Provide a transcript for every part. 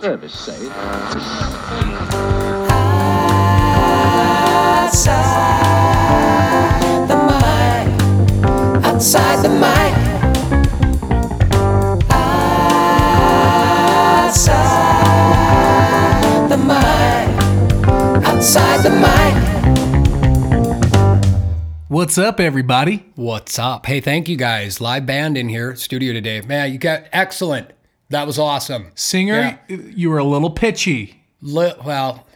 Service safe. Outside the mic. Outside the mic. Outside the mic. Outside the mic. What's up, everybody? What's up? Hey, thank you guys. Live band in here, studio today. Man, you got excellent. That was awesome. Singer, you were a little pitchy. Li- well,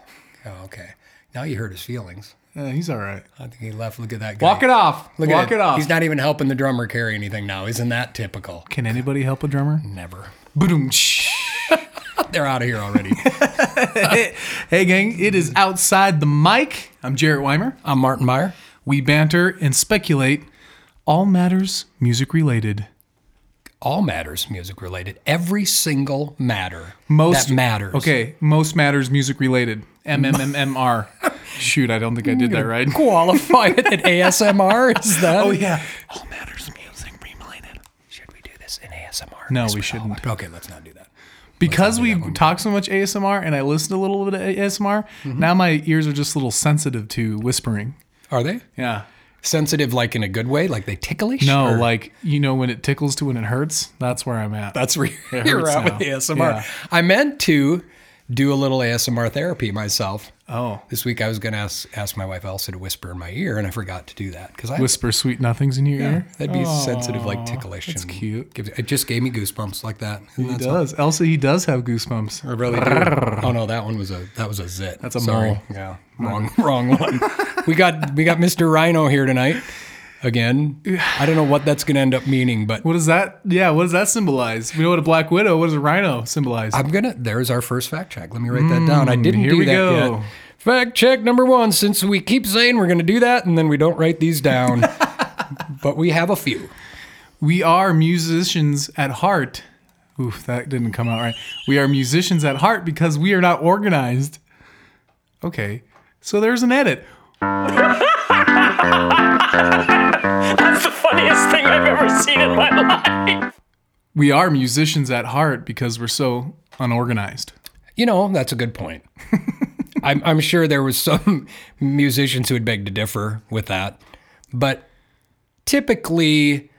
oh, okay. Now you hurt his feelings. Uh, he's all right. I think he left. Look at that guy. Walk it off. Look Walk at it off. He's not even helping the drummer carry anything now. Isn't that typical? Can anybody help a drummer? Never. Boom. They're out of here already. Hey, gang, it is outside the mic. I'm Jarrett Weimer. Um, I'm Martin Meyer. We banter and speculate all matters music related. All matters music related. Every single matter Most that matters. Okay, most matters music related. MMMMR. Shoot, I don't think I did that right. Qualify it at ASMR is that? Oh yeah. All matters music related. Should we do this in ASMR? No, Yes, we all shouldn't. are. Okay, let's not do that. Because we talk so much ASMR and I listen a little bit of ASMR, now my ears are just a little sensitive to whispering. Are they? Yeah. sensitive like in a good way like they ticklish No, Or- like you know when it tickles to when it hurts. That's where I'm at. that's where It you're hurts now. at with the asmr Yeah. i meant to do a little asmr therapy myself oh, this week i was going to ask, ask my wife elsa to whisper in my ear and i forgot to do that because i whisper sweet nothings in your ear. that'd be sensitive like ticklish that's and cute. gives- it just gave me goosebumps like that He Isn't that something? does. Elsa, he does have goosebumps. I really do. oh no that one was a that was a zit that's a sorry mole. yeah wrong wrong one we got we got mr rhino here tonight again i don't know what that's going to end up meaning but What does that? Yeah, what does that symbolize? We know what a black widow. What does a rhino symbolize? I'm gonna. There's our first fact check. Let me write that down. I didn't Mm, here do we that go. yet. Fact check number one. Since we keep saying we're gonna do that, and then we don't write these down, but we have a few. we are musicians at heart. Oof, that didn't come out right. We are musicians at heart because we are not organized. Okay, so there's an edit. That's the funniest thing I've ever seen in my life. We are musicians at heart because we're so unorganized. You know, that's a good point. I'm, I'm sure there was some musicians who would beg to differ with that, but typically,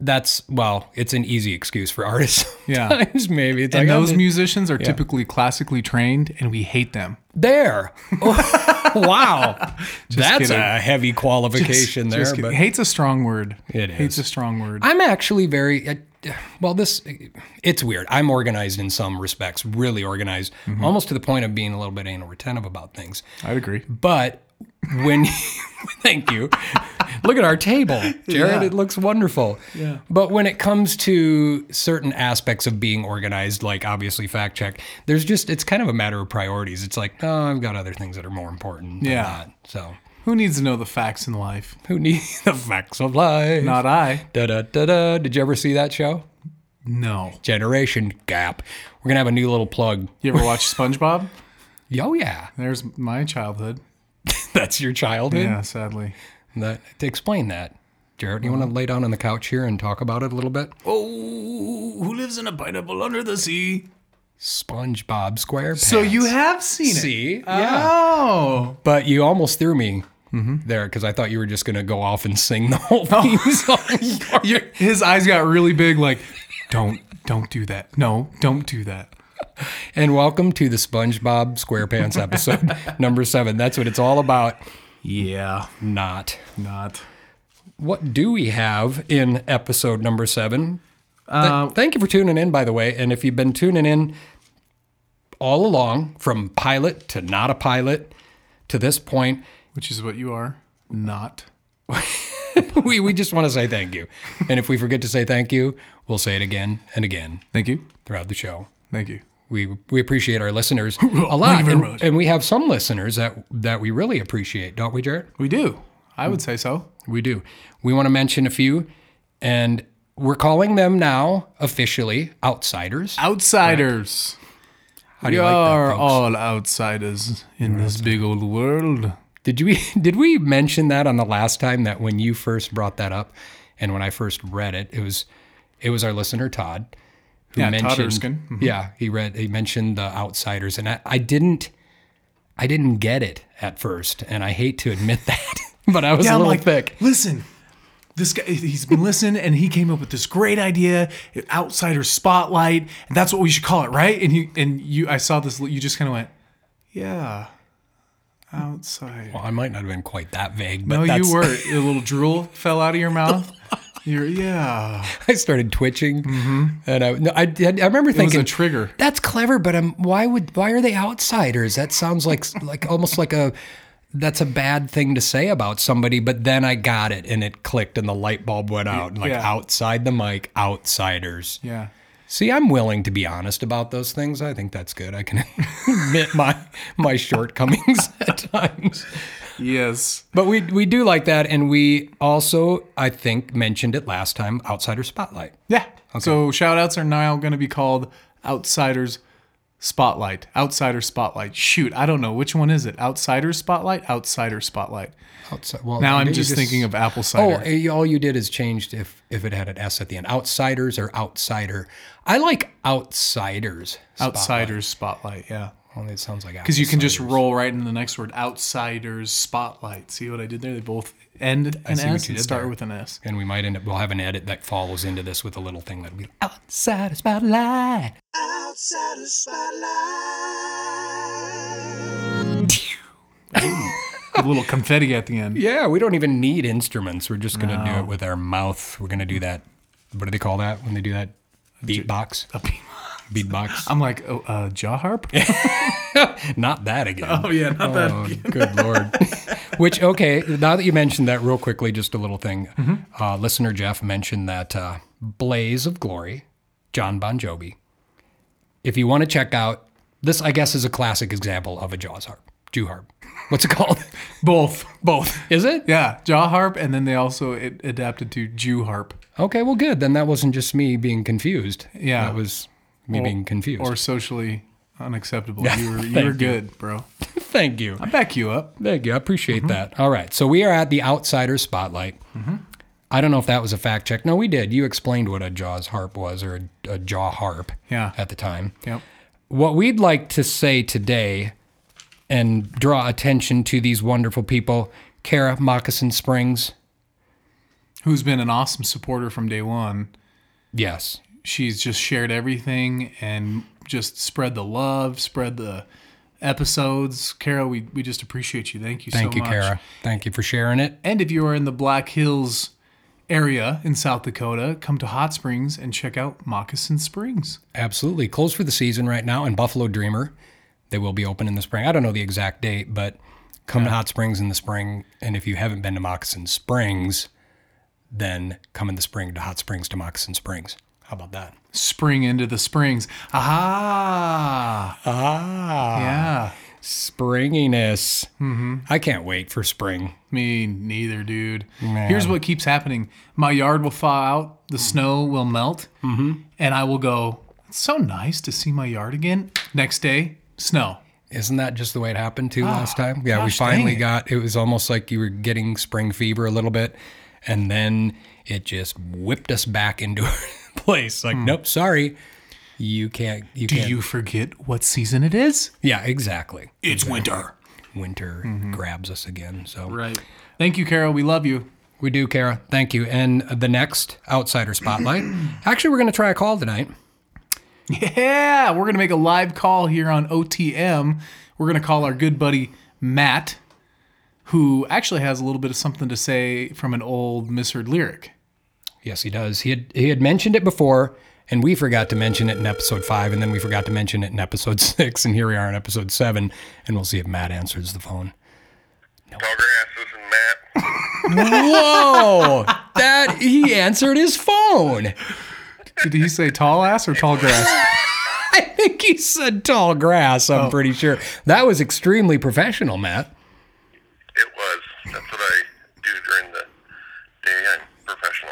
that's well, it's an easy excuse for artists. Yeah. sometimes, maybe. It's And like, I'm those just- musicians are typically classically trained, and we hate them. there. wow, that's kidding. a heavy qualification there. Just kidding. but. hate's a strong word. It Hate's is. a strong word. I'm actually very uh, well. This it's weird. I'm organized in some respects, really organized, Mm-hmm. almost to the point of being a little bit anal retentive about things. I'd agree. But when thank you, look at our table, Jared. Yeah. It looks wonderful. Yeah. But when it comes to certain aspects of being organized, like obviously fact check, there's just it's kind of a matter of priorities. It's like oh, I've got other things that are more important. Than Yeah. that. So Who needs to know the facts in life? who needs the facts of life? Not I. Da da da da. Did you ever see that show? No. generation gap. We're gonna have a new little plug. You ever watch SpongeBob? Yo, yeah, There's my childhood. that's your childhood. Yeah, sadly. That to explain that, Jared, you want Uh-huh. to lay down on the couch here and talk about it a little bit? Oh, who lives in a pineapple under the sea? SpongeBob SquarePants. So you have seen it. see, yeah, Oh. but you almost threw me. Mm-hmm. There, because I thought you were just gonna go off and sing the whole Oh. theme song. His eyes got really big like don't don't do that. No, don't do that. and welcome to the SpongeBob SquarePants episode number seven. That's what it's all about. Yeah, Not not. what do we have in episode number seven? Th- Uh, thank you for tuning in, by the way. And if you've been tuning in all along, from pilot to not a pilot to this point, Which is what you are. Not. we, we just want to say thank you. And if we forget to say thank you, we'll say it again and again Thank you. throughout the show. Thank you. We, we appreciate our listeners a lot. very and, much. and we have some listeners that, that we really appreciate, don't we, Jared? We do. I would say so. We do. We want to mention a few, and we're calling them now officially outsiders. Outsiders. How do We you like are that, folks? all outsiders in this big old world. Did we did we mention that on the last time that when you first brought that up, and when I first read it, it was it was our listener Todd who Yeah, Todd mentioned Erskine. Mhm. yeah he read he mentioned the outsiders and I, I didn't I didn't get it at first and I hate to admit that but I was a I'm little like, thick Listen, this guy, he's been listening and he came up with this great idea, outsider spotlight, and that's what we should call it, right? And he and you, I saw this. You just kind of went, yeah, outside. well, I might not have been quite that vague but No, that's, you were. A little drool fell out of your mouth. You're yeah. I started twitching and I no, I, did- I remember Mm-hmm. It was thinking a trigger. That's clever, but um, why would why are they outsiders? That sounds like like almost like a that's a bad thing to say about somebody. But then I got it, and it clicked, and the light bulb went out. Like Yeah. outside the mic, outsiders. Yeah. See, I'm willing to be honest about those things. I think that's good. I can admit my my shortcomings at times. Yes. But we we do like that, and we also I think mentioned it last time. Outsider spotlight. Yeah. So shout outs are now going to be called Outsiders Spotlight. Outsider Spotlight. Shoot, I don't know. Which one is it? Outsider Spotlight? Outsider Spotlight. Outside. Well, Now I'm you just, thinking of apple Oh, cider. eh, all you did is changed if if it had an S at the end. Outsiders or outsider. I like outsiders. spot. Outsiders spotlight, yeah. Only it sounds like Because you can just roll right into the next word. Outsiders spotlight. See what I did there? They both end an see what S you and did start there. with an S. And we might end up. We'll have an edit that follows into this with a little thing that'll be outsider spotlight. With a little confetti at the end. Yeah, we don't even need instruments. We're just gonna do it with our mouth. We're gonna do that. What do they call that when they do that? Beatbox. Beatbox. I'm like, oh, uh, jaw harp? Not that again. Oh, yeah, not Oh, that. good lord. Which okay, now that you mentioned that, real quickly, just a little thing. Uh, listener Jeff mentioned that uh, "Blaze of Glory," John Bon Jovi. If you want to check out this, I guess is a classic example of a Jaws harp, Jew harp. What's it called? Both. Both. is it? Yeah, jaw harp, and then they also it adapted to Jew harp. Okay, well, good. Then that wasn't just me being confused. Yeah. that was me being confused. or socially unacceptable. You were you Thank were you. good, bro. thank you. I back you up. Thank you. I appreciate Mm-hmm. that. All right. So we are at the outsider spotlight. I don't know if that was a fact check. No, we did. You explained what a Jaws harp was or a, a jaw harp Yeah. at the time. Yep. What we'd like to say today and draw attention to these wonderful people, Kara Moccasin Springs. Who's been an awesome supporter from day one. Yes. She's just shared everything and just spread the love, spread the episodes. Kara, we, we just appreciate you. Thank you Thank so you, much. Kara. Thank you for sharing it. And if you are in the Black Hills area in South Dakota, come to Hot Springs and check out Moccasin Springs. Absolutely. Closed for the season right now. And Buffalo Dreamer, they will be open in the spring. I don't know the exact date, but come to Hot Springs in the spring. And if you haven't been to Moccasin Springs, then come in the spring to Hot Springs to Moccasin Springs. How about that? Spring into the springs. Aha. Ah, Yeah. springiness. Mm-hmm. I can't wait for spring. Me neither, dude. Here's what keeps happening my yard will thaw out, the snow will melt, and I will go, It's so nice to see my yard again. Next day, snow. Isn't that just the way it happened too last time? Yeah, Ah, gosh, we finally dang it. got it was almost like you were getting spring fever a little bit and then it just whipped us back into our place. Like, nope, sorry. You can't you Hmm. Do can't you forget what season it is? Yeah, exactly. It's winter. Winter grabs us again. So Mm-hmm. Right. Thank you, Carol. We love you. we do, Kara. Thank you. And the next outsider spotlight. Actually we're gonna try a call tonight. Yeah, we're going to make a live call here on OTM. We're going to call our good buddy Matt, who actually has a little bit of something to say from an old misheard lyric. Yes, he does. He had he had mentioned it before, and we forgot to mention it in episode five, and then we forgot to mention it in episode six, and here we are in episode seven, and we'll see if Matt answers the phone. Bugger ass, this is Matt. Whoa! that he answered his phone. Did he say tall ass or tall grass? I think he said tall grass. Oh. I'm pretty sure that was extremely professional, Matt. It was. That's what I do during the day. I'm professional.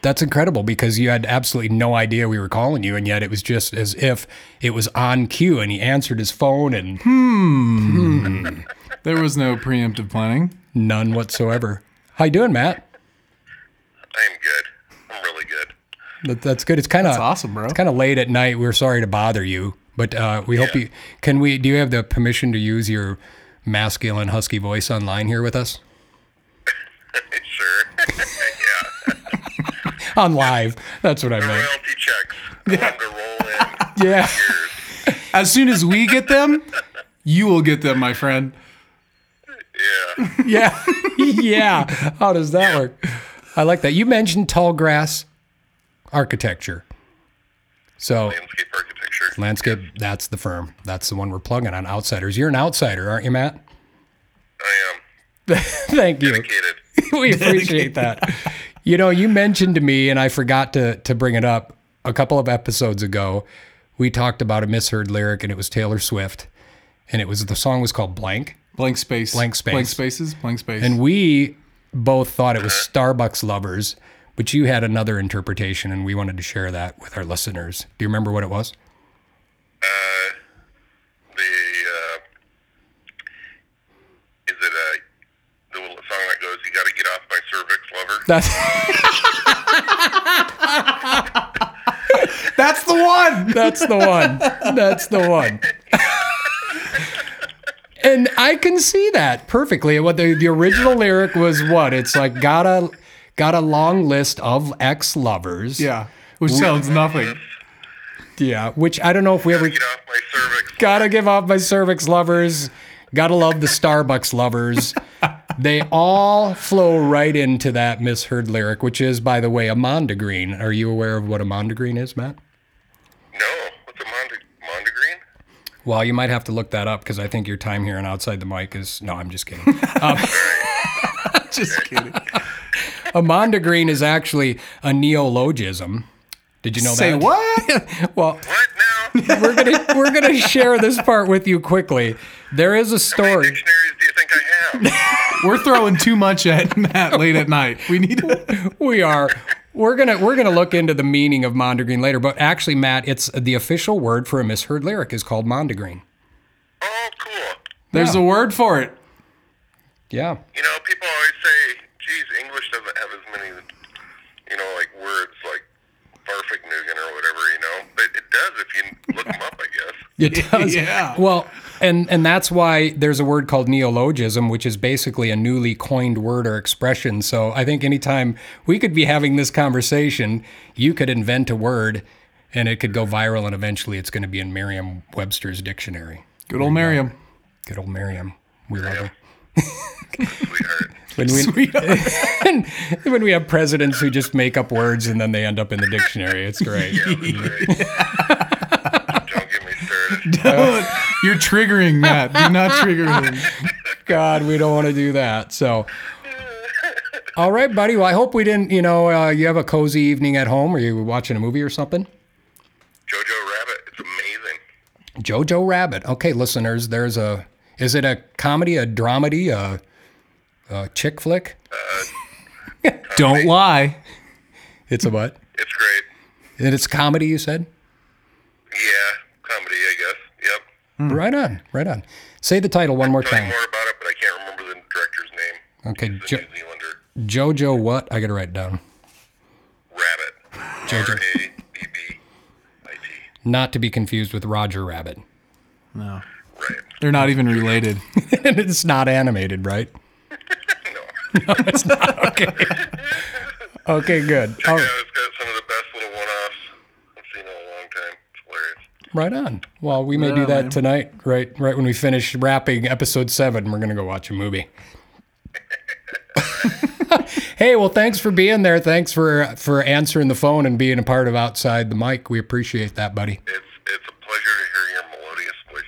That's incredible because you had absolutely no idea we were calling you, and yet it was just as if it was on cue, and he answered his phone, and There was no preemptive planning. none whatsoever. How you doing, Matt? I am good. I'm really good. That, that's good. It's kind of That's awesome, bro. It's kind of late at night. We're sorry to bother you, but uh, we hope you can. We do you have the permission to use your masculine husky voice online here with us sure. yeah. on live? That's what I meant. Royalty checks. I want 'em to roll in. Yeah. As soon as we get them, you will get them, my friend. Yeah. Yeah. yeah. How does that work? I like that. You mentioned tall grass architecture. So Landscape architecture. landscape, that's the firm. That's the one we're plugging on outsiders. You're an outsider, aren't you, Matt? I am Thank you. dedicated. we appreciate that. You know, you mentioned to me, and I forgot to to bring it up a couple of episodes ago. We talked about a misheard lyric, and it was Taylor Swift, and it was the song was called "Blank," Blank space. Blank space. Blank spaces. Blank space. and we both thought it was Starbucks lovers, but you had another interpretation, and we wanted to share that with our listeners. Do you remember what it was? Uh, The uh, is it uh the little song that goes, "You got to get off my cervix, lover." That's that's the one. that's the one. That's the one. And I can see that perfectly. What the, the original lyric was what? It's like got a got a long list of ex lovers. Yeah. Which sounds nothing. Yeah. Which I don't know if we ever Get off my cervix. gotta give off my cervix lovers. Gotta love the Starbucks lovers. They all flow right into that misheard lyric, which is, by the way, a mondegreen. Are you aware of what a mondegreen is, Matt? No, what's a Mond- Mondegreen? Well, you might have to look that up because I think your time here and outside the mic is. No, I'm just kidding. Um, Just kidding. Amanda Green is actually a neologism. Did you know Say that? what? Well, What now? we're gonna we're gonna share this part with you quickly. There is a How many story. dictionaries do you think I have? We're throwing too much at Matt late at night. We need to. we are we're gonna we're gonna look into the meaning of mondegreen later but actually matt it's the official word for a misheard lyric is called mondegreen oh, cool. There's Yeah. a word for it. yeah You know, people always say, "Geez, English doesn't have as many, you know, like words like farfignugan or whatever." You know, but it does if you look them up, I guess. it does Yeah. well and and that's why there's a word called neologism which is basically a newly coined word or expression so i think anytime we could be having this conversation you could invent a word and it could go viral and eventually it's going to be in merriam-webster's dictionary Good old Miriam. good old merriam we love her Sweetheart. When we, when we have presidents who just make up words and then they end up in the dictionary, it's great. Don't get me started. You're triggering Matt. Do not trigger him. God, we don't want to do that. So, all right, buddy. Well, I hope we didn't, you know, uh, you have a cozy evening at home or you watching a movie or something. Jojo Rabbit. It's amazing. Jojo Rabbit. Okay, listeners, there's a, is it a comedy, a dramedy, a, a chick flick? Don't lie. It's a what? It's great. And it's comedy, you said? Yeah, comedy, I guess. Yep. Hmm. Right on, right on. Say the title one more Tell time. you more about it, but I can't remember the director's name. Okay, The jo- New Zealander. Jojo what? I got to write it down. Rabbit. Jojo. R-A-B-B-I-T. not to be confused with Roger Rabbit. Right. They're not even related. and it's not animated, right? no, it's not. Okay. okay, good. All Yeah, right, it's got some of the best little one-offs I've seen in a long time. It's hilarious. right on. Well, we may do that tonight, right? Right when we finish wrapping episode seven, we're gonna go watch a movie. hey, well, thanks for being there. Thanks for for answering the phone and being a part of outside the mic. We appreciate that, buddy. It's it's a pleasure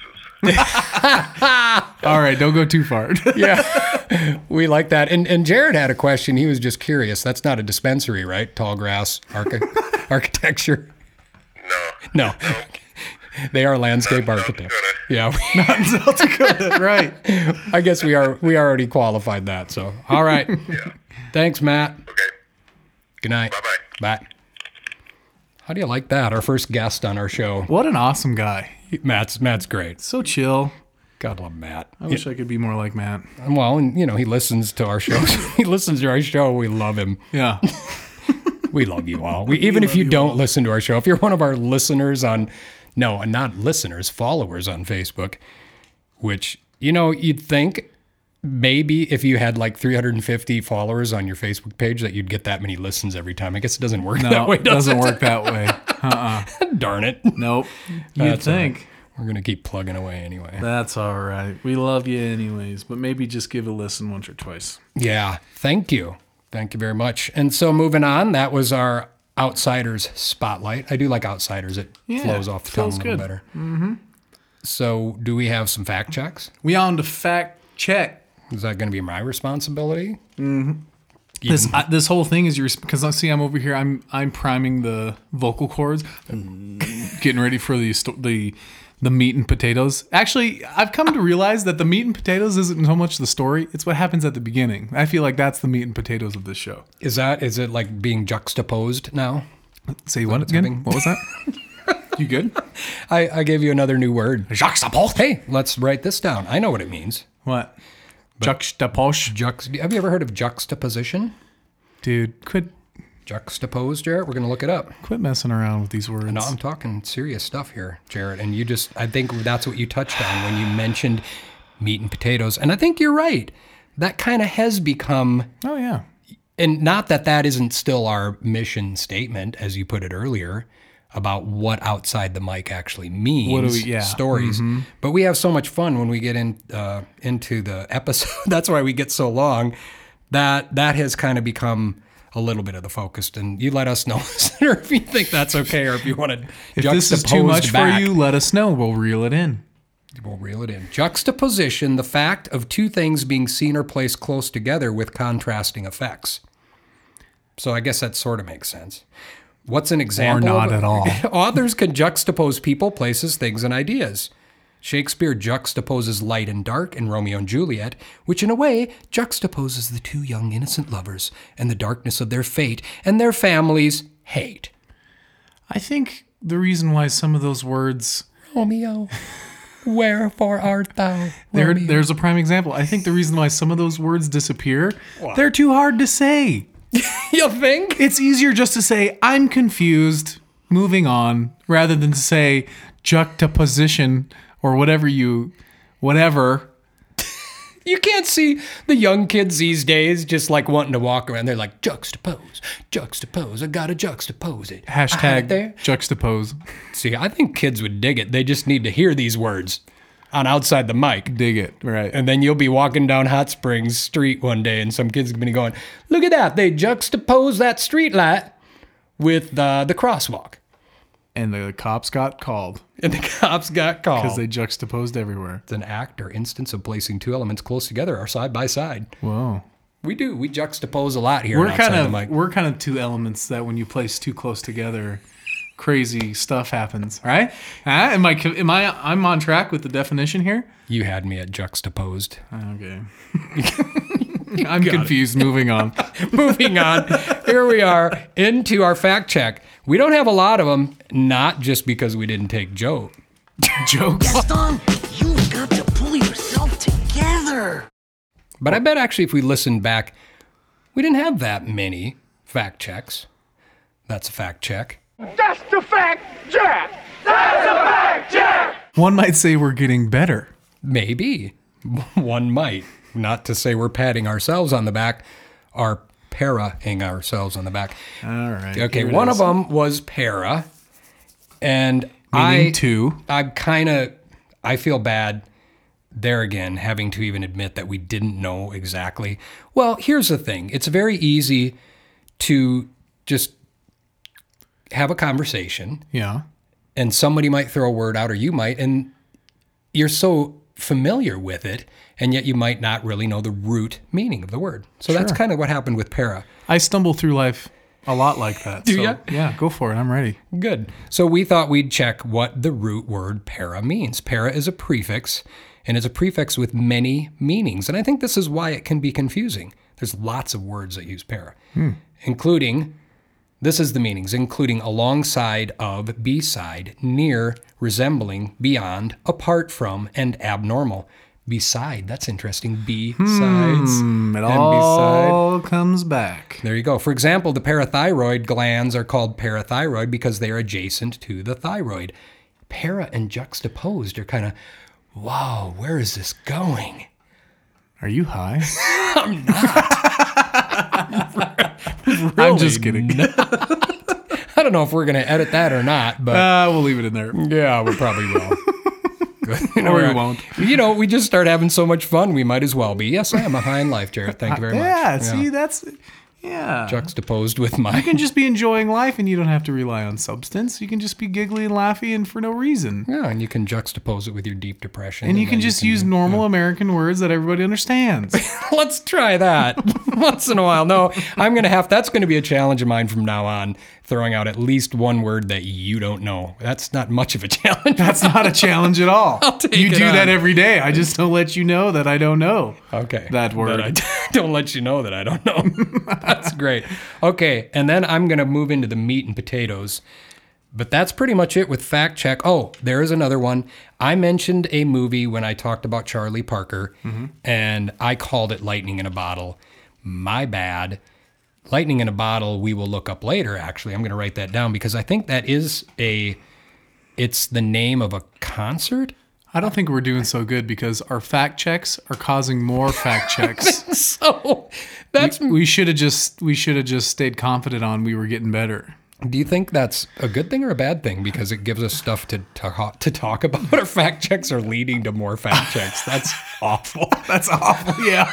to hear your melodious voices. All right, don't go too far. Yeah, we like that. And and Jared had a question. He was just curious. That's not a dispensary, right? Tall grass archi- architecture. No. No, they are landscape South architects. Dakota. Yeah, South Dakota, right. I guess we are. We already qualified that. So all right. Thanks, Matt. Okay. Good night. Bye-bye. Bye. How do you like that? Our first guest on our show. What an awesome guy. Matt's Matt's great. So chill. God love Matt. I wish I could be more like Matt. Well, and you know he listens to our shows. he listens to our show. We love him. Yeah. We love you all. We, even if you, don't listen to our show, if you're one of our listeners on, no, not listeners, followers on Facebook, which, you know, you'd think maybe if you had like 350 followers on your Facebook page that you'd get that many listens every time. I guess it doesn't work that No, way, it doesn't does work that way. it? Darn it. Nope. You'd That's all right. think. We're going to keep plugging away anyway. That's all right. We love you anyways, but maybe just give a listen once or twice. Yeah. Thank you. Thank you very much. And so moving on, that was our outsiders spotlight. I do like outsiders. It flows off the tongue a feels little good. better. Mm-hmm. So do we have some fact checks? We on to fact check. Is that going to be my responsibility? This I, this whole thing is your because I see I'm over here. I'm I'm priming the vocal cords, getting ready for the sto- the the meat and potatoes. Actually, I've come to realize that the meat and potatoes isn't so much the story; it's what happens at the beginning. I feel like that's the meat and potatoes of this show. Is that is it like being juxtaposed now? Say what again? happening? What was that? you good? I, I gave you another new word. Juxtaposed. Hey, let's write this down. I know what it means. What? Juxtaposh, Jux. Have you ever heard of juxtaposition? dude. Quit Juxtaposed, Jarrett. We're going to look it up. quit messing around with these words. No, I'm talking serious stuff here, Jared. And you just, I think that's what you touched on when you mentioned meat and potatoes. And I think you're right. That kind of has become, oh yeah. and not that that isn't still our mission statement, as you put it earlier, about what outside the mic actually means. What do we- yeah. Mm-hmm. Stories. But we have so much fun when we get in uh, into the episode. that's why we get so long. That that has kind of become. A little bit of the focus, and you let us know, listener, if you think that's okay, or if you want to. If this is too much for you, let us know. We'll reel it in. We'll reel it in. Juxtaposition, the fact of two things being seen or placed close together with contrasting effects. So I guess that sort of makes sense. What's an example? not of- at all. Authors can juxtapose people, places, things, and ideas. Shakespeare juxtaposes light and dark in Romeo and Juliet, which in a way juxtaposes the two young innocent lovers and the darkness of their fate and their families' hate. I think the reason why some of those words Romeo, wherefore art thou? there Romeo? there's a prime example. I think the reason why some of those words disappear, they're too hard to say. you think? It's easier just to say I'm confused, moving on, rather than to say juxtaposition or whatever you whatever. You can't see the young kids these days just like wanting to walk around. They're like, juxtapose, juxtapose. I gotta juxtapose it. I hide it there. Hashtag juxtapose. See, I think kids would dig it. They just need to hear these words on outside the mic. Dig it. Right. And then you'll be walking down Hot Springs Street one day, and some kid's gonna be going, "Look at that! They juxtapose that street light with uh, the crosswalk." And the cops got called And the cops got called. because they juxtaposed everywhere. it's an act or instance of placing two elements close together or side by side. Whoa. We do. We juxtapose a lot here. we're on Outside kind the mic. of we're kind of two elements that when you place too close together crazy stuff happens right Huh? am i am i i'm on track with the definition here You had me at juxtaposed. okay i'm confused moving on Moving on, here we are into our fact check. We don't have a lot of them, not just because we didn't take Joe. jokes Gaston, you've got to pull yourself together. But I bet actually, if we listen back, we didn't have that many fact checks. That's a fact check. one might say we're getting better Maybe one might, not to say we're patting ourselves on the back, or paraing ourselves on the back. all right Okay, one of them was para, and I meaning two I'm kind of, I feel bad there again, having to even admit that we didn't know exactly. Well, here's the thing it's very easy to just have a conversation yeah and somebody might throw a word out or you might and you're so familiar with it and yet you might not really know the root meaning of the word so that's kind of what happened with para i stumble through life a lot like that do ya? yeah go for it i'm ready Good. So we thought we'd check what the root word para means. Para is a prefix, and it's a prefix with many meanings. And I think this is why it can be confusing. There's lots of words that use para, including this is the meanings, including alongside of, beside, near, resembling, beyond, apart from, and abnormal. Beside. That's interesting. Besides. Hmm, It beside- all comes back. There you go. For example, the parathyroid glands are called parathyroid because they are adjacent to the thyroid. Para and juxtaposed are kind of, wow, where is this going? Are you high? I'm not. I'm just kidding. I don't know if we're going to edit that or not, but Uh, we'll leave it in there. yeah, we probably will. you know, Or we we're- won't. You know, we just start having so much fun, we might as well be. Yes, I am a high in life, Jared. Thank you very Uh, Yeah, much. see, that's. Yeah. Juxtaposed with my. You can just be enjoying life and you don't have to rely on substance. You can just be giggly and laughy and for no reason. Yeah, and you can juxtapose it with your deep depression. And you then can just use normal American words that everybody understands. Let's try that once in a while. No, I'm going to have, that's going to be a challenge of mine from now on, throwing out at least one word that you don't know. That's not much of a challenge. That's not a challenge at all. take you it do that on. every day. I just don't let you know that I don't know. Okay. That word. I don't let you know that I don't know. that's great. Okay. And then I'm going to move into the meat and potatoes. But that's pretty much it with fact check. Oh, there is another one. I mentioned a movie when I talked about Charlie Parker, Mm-hmm. and I called it Lightning in a Bottle. My bad. Lightning in a Bottle, we will look up later, actually. I'm going to write that down because I think that is a. It's the name of a concert. I don't think we're doing so good because our fact checks are causing more fact checks. So Oh, that's we should have just we should have just stayed confident on we were getting better. Do you think that's a good thing or a bad thing? Because it gives us stuff to talk, to talk about. Our fact checks are leading to more fact checks. That's awful. That's awful. Yeah.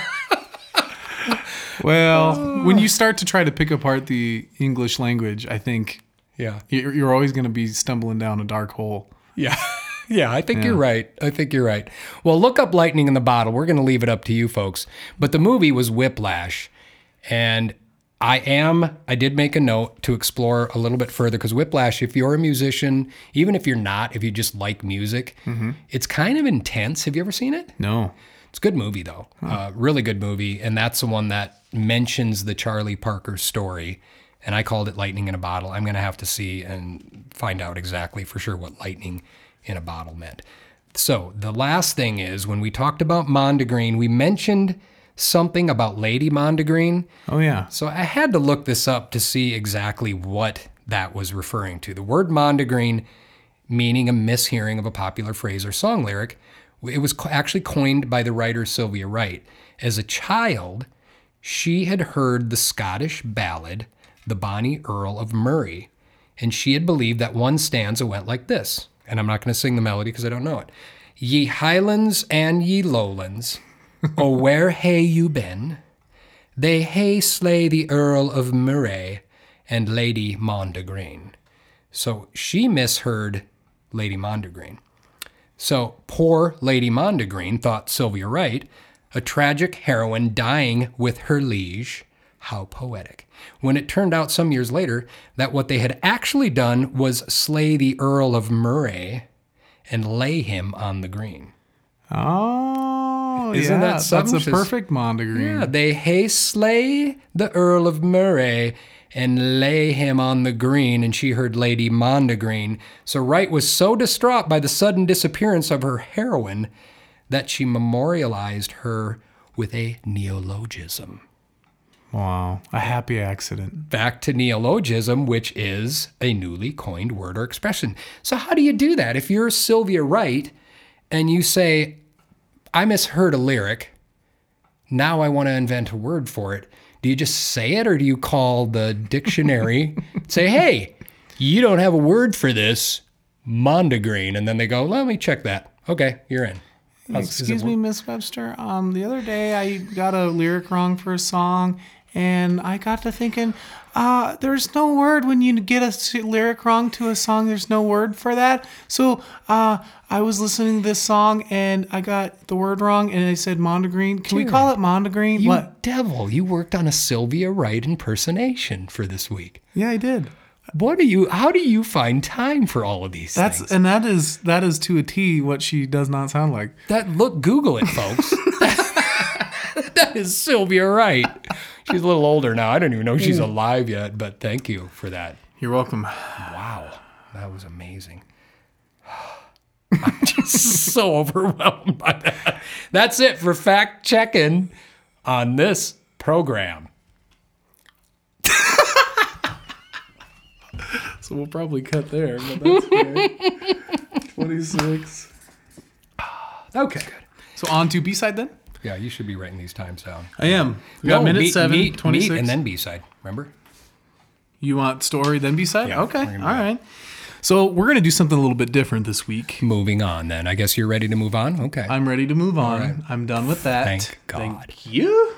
Oh. well, when you start to try to pick apart the English language, I think Yeah, you're, you're always going to be stumbling down a dark hole. yeah, yeah. I think you're right. I think you're right. Well, look up lightning in the bottle. We're going to leave it up to you folks. But the movie was Whiplash, and I am. I did make a note to explore a little bit further because Whiplash. If you're a musician, even if you're not, if you just like music, it's kind of intense. Have you ever seen it? No. It's a good movie though, uh, really good movie, and that's the one that mentions the Charlie Parker story. And I called it lightning in a bottle. I'm gonna have to see and find out exactly for sure what lightning in a bottle meant. So the last thing is when we talked about Mondegreen, we mentioned something about Lady Mondegreen. Oh yeah. So I had to look this up to see exactly what that was referring to. The word mondegreen meaning a mishearing of a popular phrase or song lyric. It was co- actually coined by the writer Sylvia Wright. As a child, she had heard the Scottish ballad, The Bonnie Earl of Murray, and she had believed that one stanza went like this. And I'm not going to sing the melody because I don't know it. Ye highlands and ye lowlands, oh, where hae you been? They hae slay the Earl of Murray and Lady Mondegreen. So she misheard Lady Mondegreen. So poor Lady Mondegreen, thought Sylvia Wright, a tragic heroine dying with her liege. How poetic. When it turned out some years later that what they had actually done was slay the Earl of Murray and lay him on the green. Oh, yeah. Isn't that that's a sumptuous? perfect Mondegreen. Yeah, they hey slay the Earl of Murray and lay him on the green, and she heard Lady Mondegreen. So Wright was so distraught by the sudden disappearance of her heroine that she memorialized her with a neologism. Wow, a happy accident. Back to neologism, which is a newly coined word or expression. So how do you do that? If you're Sylvia Wright and you say, I misheard a lyric. Now I want to invent a word for it. Do you just say it or do you call the dictionary? say, hey, you don't have a word for this, mondegreen. And then they go, let me check that. Okay, you're in. How's- is it Excuse me, Miss Webster. Um, the other day I got a lyric wrong for a song, and I got to thinking, uh, there's no word when you get a s- lyric wrong to a song. There's no word for that. So uh, I was listening to this song, and I got the word wrong, and I said mondegreen. Can we Dude, call it mondegreen? You what? devil, you worked on a Sylvia Wright impersonation for this week. Yeah, I did. What do you, how do you find time for all of these That's things? and that is that is to a T what she does not sound like. That look, Google it, folks. that is Sylvia Wright. She's a little older now. I don't even know if she's alive yet, but thank you for that. You're welcome. Wow, that was amazing. I'm just so overwhelmed by that. That's it for fact checking on this program. So we'll probably cut there, but that's okay. 26. Okay. So on to B side then? Yeah, you should be writing these times down. I am. We got No, minute meet- seven, meet- meet 26. and then B side. Remember? you want story, then B side? Yeah, okay. we're All gonna do that. right. So we're going to do something a little bit different this week. Moving on then. I guess you're ready to move on? Okay. I'm ready to move on. I'm done with that. Thank God. Thank you.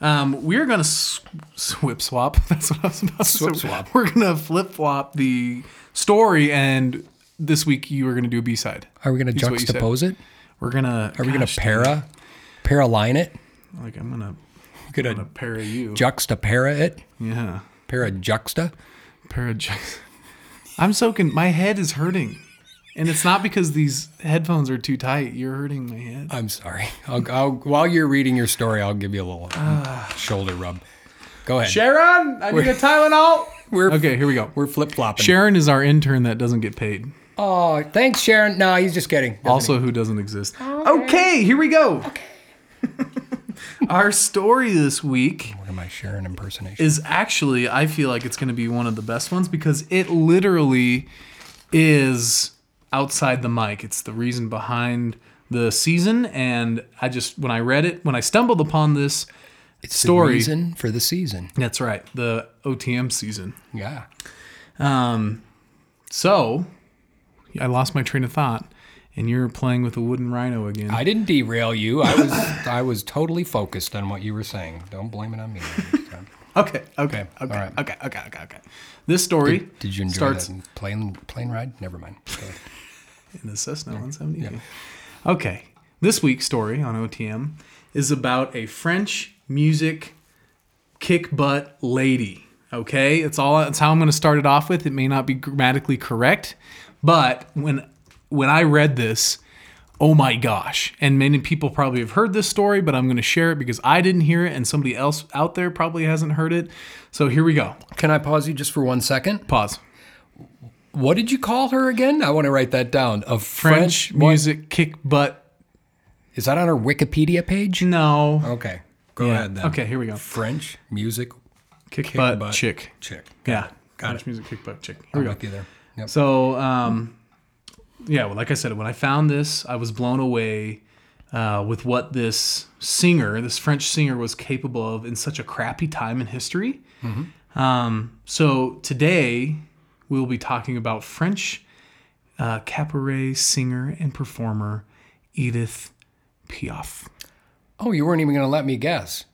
Um, we're going to sw- swip swap. That's what I was about to Swip say. swap. We're going to flip flop the story, and this week you are going to do a B side. Are we going to That's what you said. juxtapose it? We're going to. Are we going to para? Para line it? Like, I'm going to Going to pair you. juxta para it? yeah. Para juxta? Parajux. I'm so con- my head is hurting. And it's not because these headphones are too tight. You're hurting my head. I'm sorry. I'll, I'll, while you're reading your story, I'll give you a little mm, Ah. shoulder rub. Go ahead. Sharon, I need a Tylenol. We're, Okay, here we go. We're flip flopping. Sharon is our intern that doesn't get paid. Oh, thanks, Sharon. No, he's just kidding. Doesn't Also, who doesn't exist. Okay, here we go. our story this week he? One of my Sharon impersonation. is actually, I feel like it's going to be one of the best ones because it literally is outside the mic. It's the reason behind the season. And I just, when I read it, when I stumbled upon this, It's story. the reason for the season. That's right, the OTM season. Yeah. So, I lost my train of thought, and you're playing with a wooden rhino again. I didn't derail you. I was I was totally focused on what you were saying. Don't blame it on me. okay, okay, okay, all okay, right. okay, okay, okay, This story Did you enjoy starts that plane plane ride? Never mind. Go ahead. in the Cessna 170. Okay, this week's story on OTM is about a French music kick butt lady. Okay, it's all that's how I'm going to start it off with. It may not be grammatically correct, but when when I read this, oh my gosh! And many people probably have heard this story, but I'm going to share it because I didn't hear it, and somebody else out there probably hasn't heard it. So here we go. Can I pause you just for one second? Pause. What did you call her again? I want to write that down. A French, French, what- music kick butt. Is that on her Wikipedia page? No. Okay. Go ahead then. Okay, here we go. French music Kick, kick butt, butt. chick. chick. Yeah. Got French it. music kick butt chick. Here I'm we go. with you there. Yep. So, um, yeah, well, like I said, when I found this, I was blown away uh, with what this singer, this French singer, was capable of in such a crappy time in history. Mm-hmm. Um, so today we'll be talking about French uh, cabaret singer and performer Edith Piaf. oh, you weren't even going to let me guess.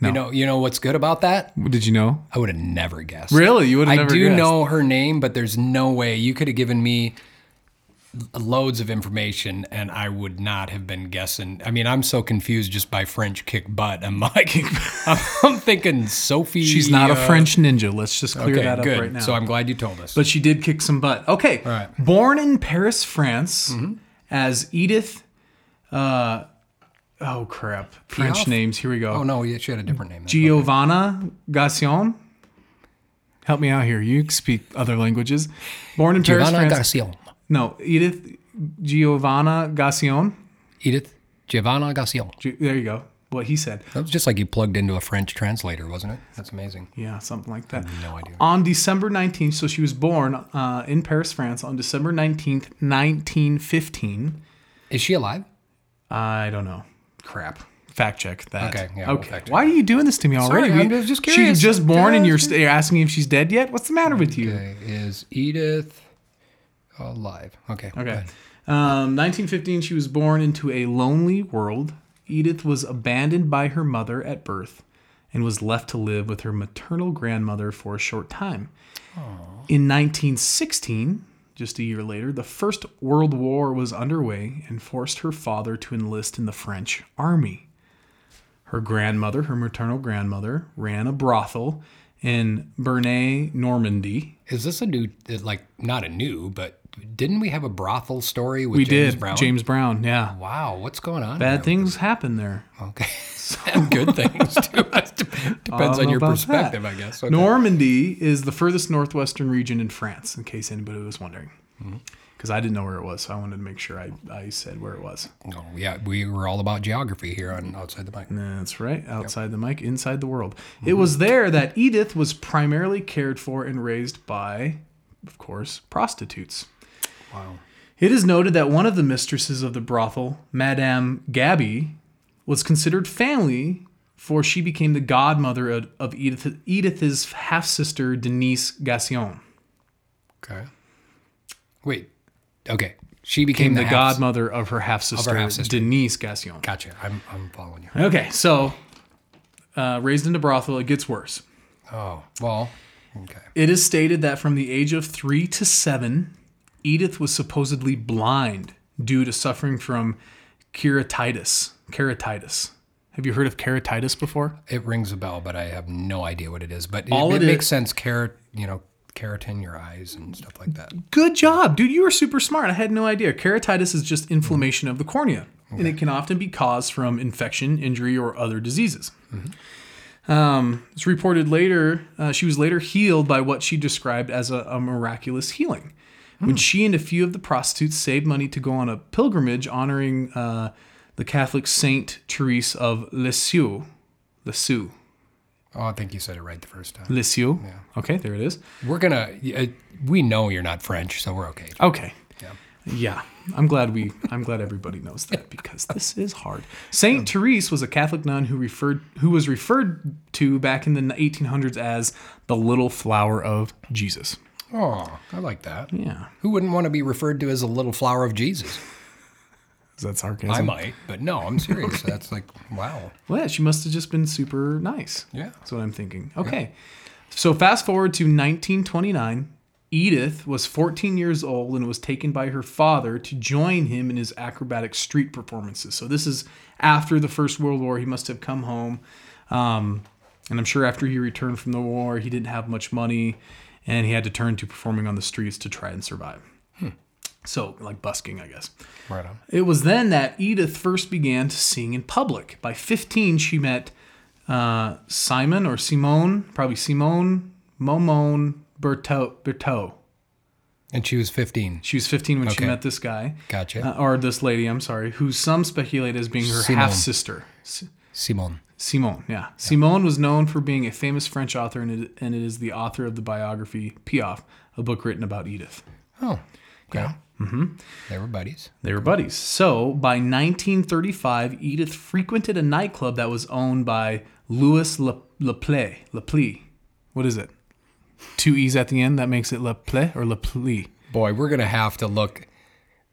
You know, you know what's good about that? Did you know? I would have never guessed. Really? You would have I never do guessed. know her name, but there's no way you could have given me loads of information and I would not have been guessing. I mean, I'm so confused just by French kick butt. I'm like, I'm thinking Sophie. She's not a uh, French ninja. Let's just clear Okay, that up good. right now. So I'm glad you told us. but she did kick some butt. Okay. right. Mm-hmm. Born in Paris, France, as Edith. Uh, oh crap! French Piaf? names. Here we go. oh no, yeah, she had a different name. then. Giovanna Gassion. Help me out here. You speak other languages. Born in Giovanna Paris, France. Gassion. no, Edith Giovanna Gassion. Edith Giovanna Gassion. G- there you go. What he said. That was just like you plugged into a French translator, wasn't it? That's amazing. Yeah, something like that. No idea. On December 19th, so she was born uh, in Paris, France on December 19th, 1915. Is she alive? I don't know. Crap. Fact check that. Okay, yeah, we'll okay. fact check Why are you doing this to me already? Sorry, I'm We- just- just curious. She's just born and you're, Just- st- you're asking me if she's dead yet? What's the matter with you? Okay, Is Edith alive? Okay. go Okay. ahead. Um, 1915, she was born into a lonely world. Edith was abandoned by her mother at birth and was left to live with her maternal grandmother for a short time. In 1916, just a year later, the First World War was underway and forced her father to enlist in the French army. Her grandmother, her maternal grandmother, ran a brothel in Bernay, Normandy. Is this a new, like, not a new, but didn't we have a brothel story with We James did. Brown? James Brown, yeah. Wow, what's going on? Bad here? things happen there. Okay. And good things, too. Depends All on your Um, about perspective, that. I guess. Okay. Mm-hmm. Normandy is the furthest northwestern region in France, in case anybody was wondering. Because because I didn't know where it was. So I wanted to make sure I, I said where it was. Oh, yeah, we were all about geography here on Outside the Mic. That's right. Outside the mic, inside the world. It was there that Edith was primarily cared for and raised by, of course, prostitutes. Wow. It is noted that one of the mistresses of the brothel, Madame Gabby, was considered family, for she became the godmother of, of Edith, Edith's half sister, Denise Gassion. Okay. Wait. Okay. She became And the, the, half- godmother of her half sister, half-sister. Denise Gassion. Gotcha. I'm, I'm following you. Okay, so uh, raised in a brothel, it gets worse. Oh, well. Okay. It is stated that from the age of three to seven, Edith was supposedly blind due to suffering from keratitis. Keratitis. Have you heard of keratitis before? It rings a bell, but I have no idea what it is. But it, All it it makes is- sense. Carrot, you know, keratin your eyes and stuff like that. Good job, dude. You were super smart. I had no idea. Keratitis is just inflammation of the cornea, and it can often be caused from infection, injury, or other diseases. Um, it's reported later, uh, she was later healed by what she described as a, a miraculous healing. When she and a few of the prostitutes saved money to go on a pilgrimage honoring uh, the Catholic Saint Therese of Lisieux. Lisieux. Oh, I think you said it right the first time. Lisieux? Okay, there it is. We're going to, we know you're not French, so we're okay. Okay. Yeah. I'm glad we I'm glad everybody knows that because this is hard. Saint Therese was a Catholic nun who referred who was referred to back in the 1800s as the little flower of Jesus. Oh, I like that. Yeah. Who wouldn't want to be referred to as a little flower of Jesus? Is that sarcasm? I might, but no, I'm serious. That's like, wow. Well, yeah, she must have just been super nice. Yeah. That's what I'm thinking. Okay. So fast forward to 1929. Edith was 14 years old and was taken by her father to join him in his acrobatic street performances. So this is after the First World War. He must have come home. Um, and I'm sure after he returned from the war, he didn't have much money and he had to turn to performing on the streets to try and survive. So, like busking, I guess. Right on. It was then that Edith first began to sing in public. By 15, she met uh, Simon or Simone, probably Simone Momone Berteau. Berteau. And she was 15. She was 15 when she Okay. met this guy, Gotcha. uh, or this lady, I'm sorry, who some speculate as being her Simone. half sister. Simon. Simone, yeah. Simone was known for being a famous French author, and it, and it is the author of the biography Piaf, a book written about Edith. Oh, yeah. Mm-hmm. They were buddies. They were buddies. So by 1935, Edith frequented a nightclub that was owned by Louis Le, Leplay. Leplay. What is it? Two E's at the end. That makes it Leplay or Leplay. Boy, we're going to have to look.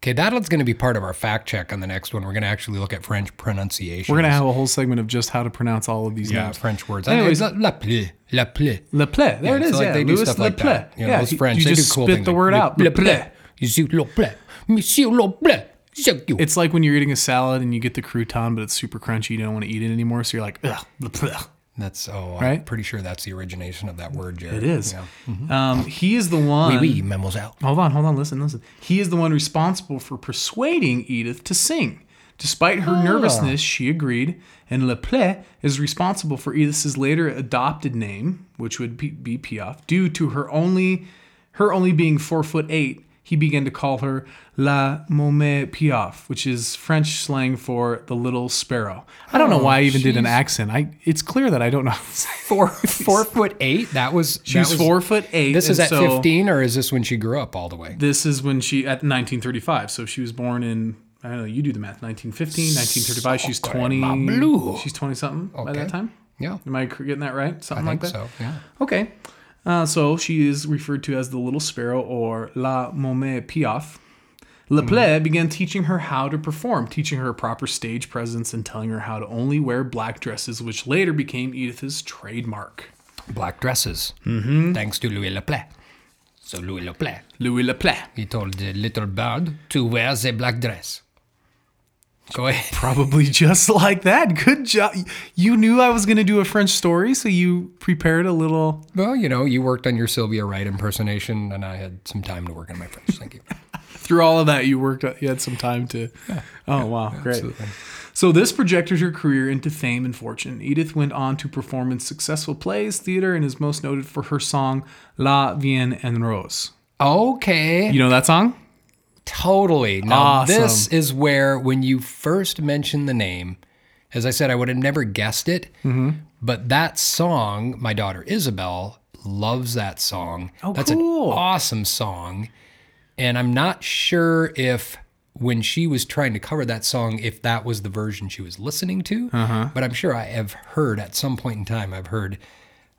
Okay, that's going to be part of our fact check on the next one. We're going to actually look at French pronunciation. We're going to have a whole segment of just how to pronounce all of these yeah, names. French words. Anyways- la, la plie, la plie. Leplay. There it so, is. like, yeah. they do Louis stuff like that. Leplay. You know, yeah. those he- French, you they just do cool spit things the like, word out. Le Leplay. Play. Monsieur Le Play. Monsieur Le Play. Thank you. It's like when you're eating a salad and you get the crouton, but it's super crunchy. You don't want to eat it anymore. So you're like, ugh, Leplay. That's, oh, I'm Right? pretty sure that's the origination of that word, It Jared. is. Um, he is the one. Oui, oui, mademoiselle. Hold on, hold on, listen, listen. He is the one responsible for persuading Edith to sing. Despite her Oh. nervousness, she agreed, and Le Play is responsible for Edith's later adopted name, which would be, be Piaf, due to her only her only being four foot eight. He began to call her La Momé Piaf, which is French slang for the little sparrow. I don't Oh, know why I even did an accent. I it's clear that I don't know. Four, four foot eight? That was. she was four foot eight. This is and at so- 15, or is this when she grew up all the way? this is when she at 1935 so she was born in i don't know you do the math 1915 1935 she's 20 blue. she's 20 something by that Okay. time Yeah. am i getting that right something I like think that so. Yeah. okay uh, so she is referred to as the little sparrow or la momée piaf Mm-hmm. Le Play began teaching her how to perform, teaching her proper stage presence and telling her how to only wear black dresses, which later became Edith's trademark. Oh, Black dresses. Mm-hmm. Thanks to Louis Le Play. So Louis Le Play, Louis Le Play. he told the little bird to wear the black dress. Go ahead. Probably just like that. Good job. You knew I was going to do a French story, so you prepared a little. Well, you know, you worked on your Sylvia Wright impersonation, and I had some time to work on my French. Thank you. Through all of that, you worked. You had some time to. oh wow, great. So this projected her career into fame and fortune. Edith went on to perform in successful plays, theater, and is most noted for her song "La Vienne en Rose." Okay. You know that song? Totally. Now, Awesome. this is where when you first mentioned the name, as I said, I would have never guessed it. Mm-hmm. But that song, my daughter Isabel loves that song. Oh, That's cool. an awesome song. And I'm not sure if when she was trying to cover that song, if that was the version she was listening to. Uh-huh. But I'm sure I have heard at some point in time, I've heard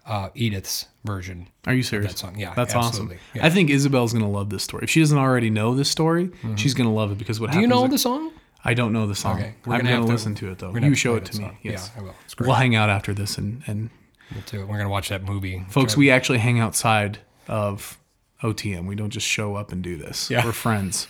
uh, Edith's version. Are you serious? that song. Yeah, that's absolutely. awesome. Yeah. I think Isabel's gonna love this story. If she doesn't already know this story, she's gonna love it because what Mm-hmm. Do you happens? know is- the song? I don't know the song. Okay, we're I'm gonna gonna, have to- listen to it though. we're gonna You have to show play it that to me. song. Yes, Yeah, I will. It's We'll hang out after this and and We'll do it. We're gonna watch that movie, folks, we actually hang outside of OTM. We don't just show up and do this. Yeah. We're friends.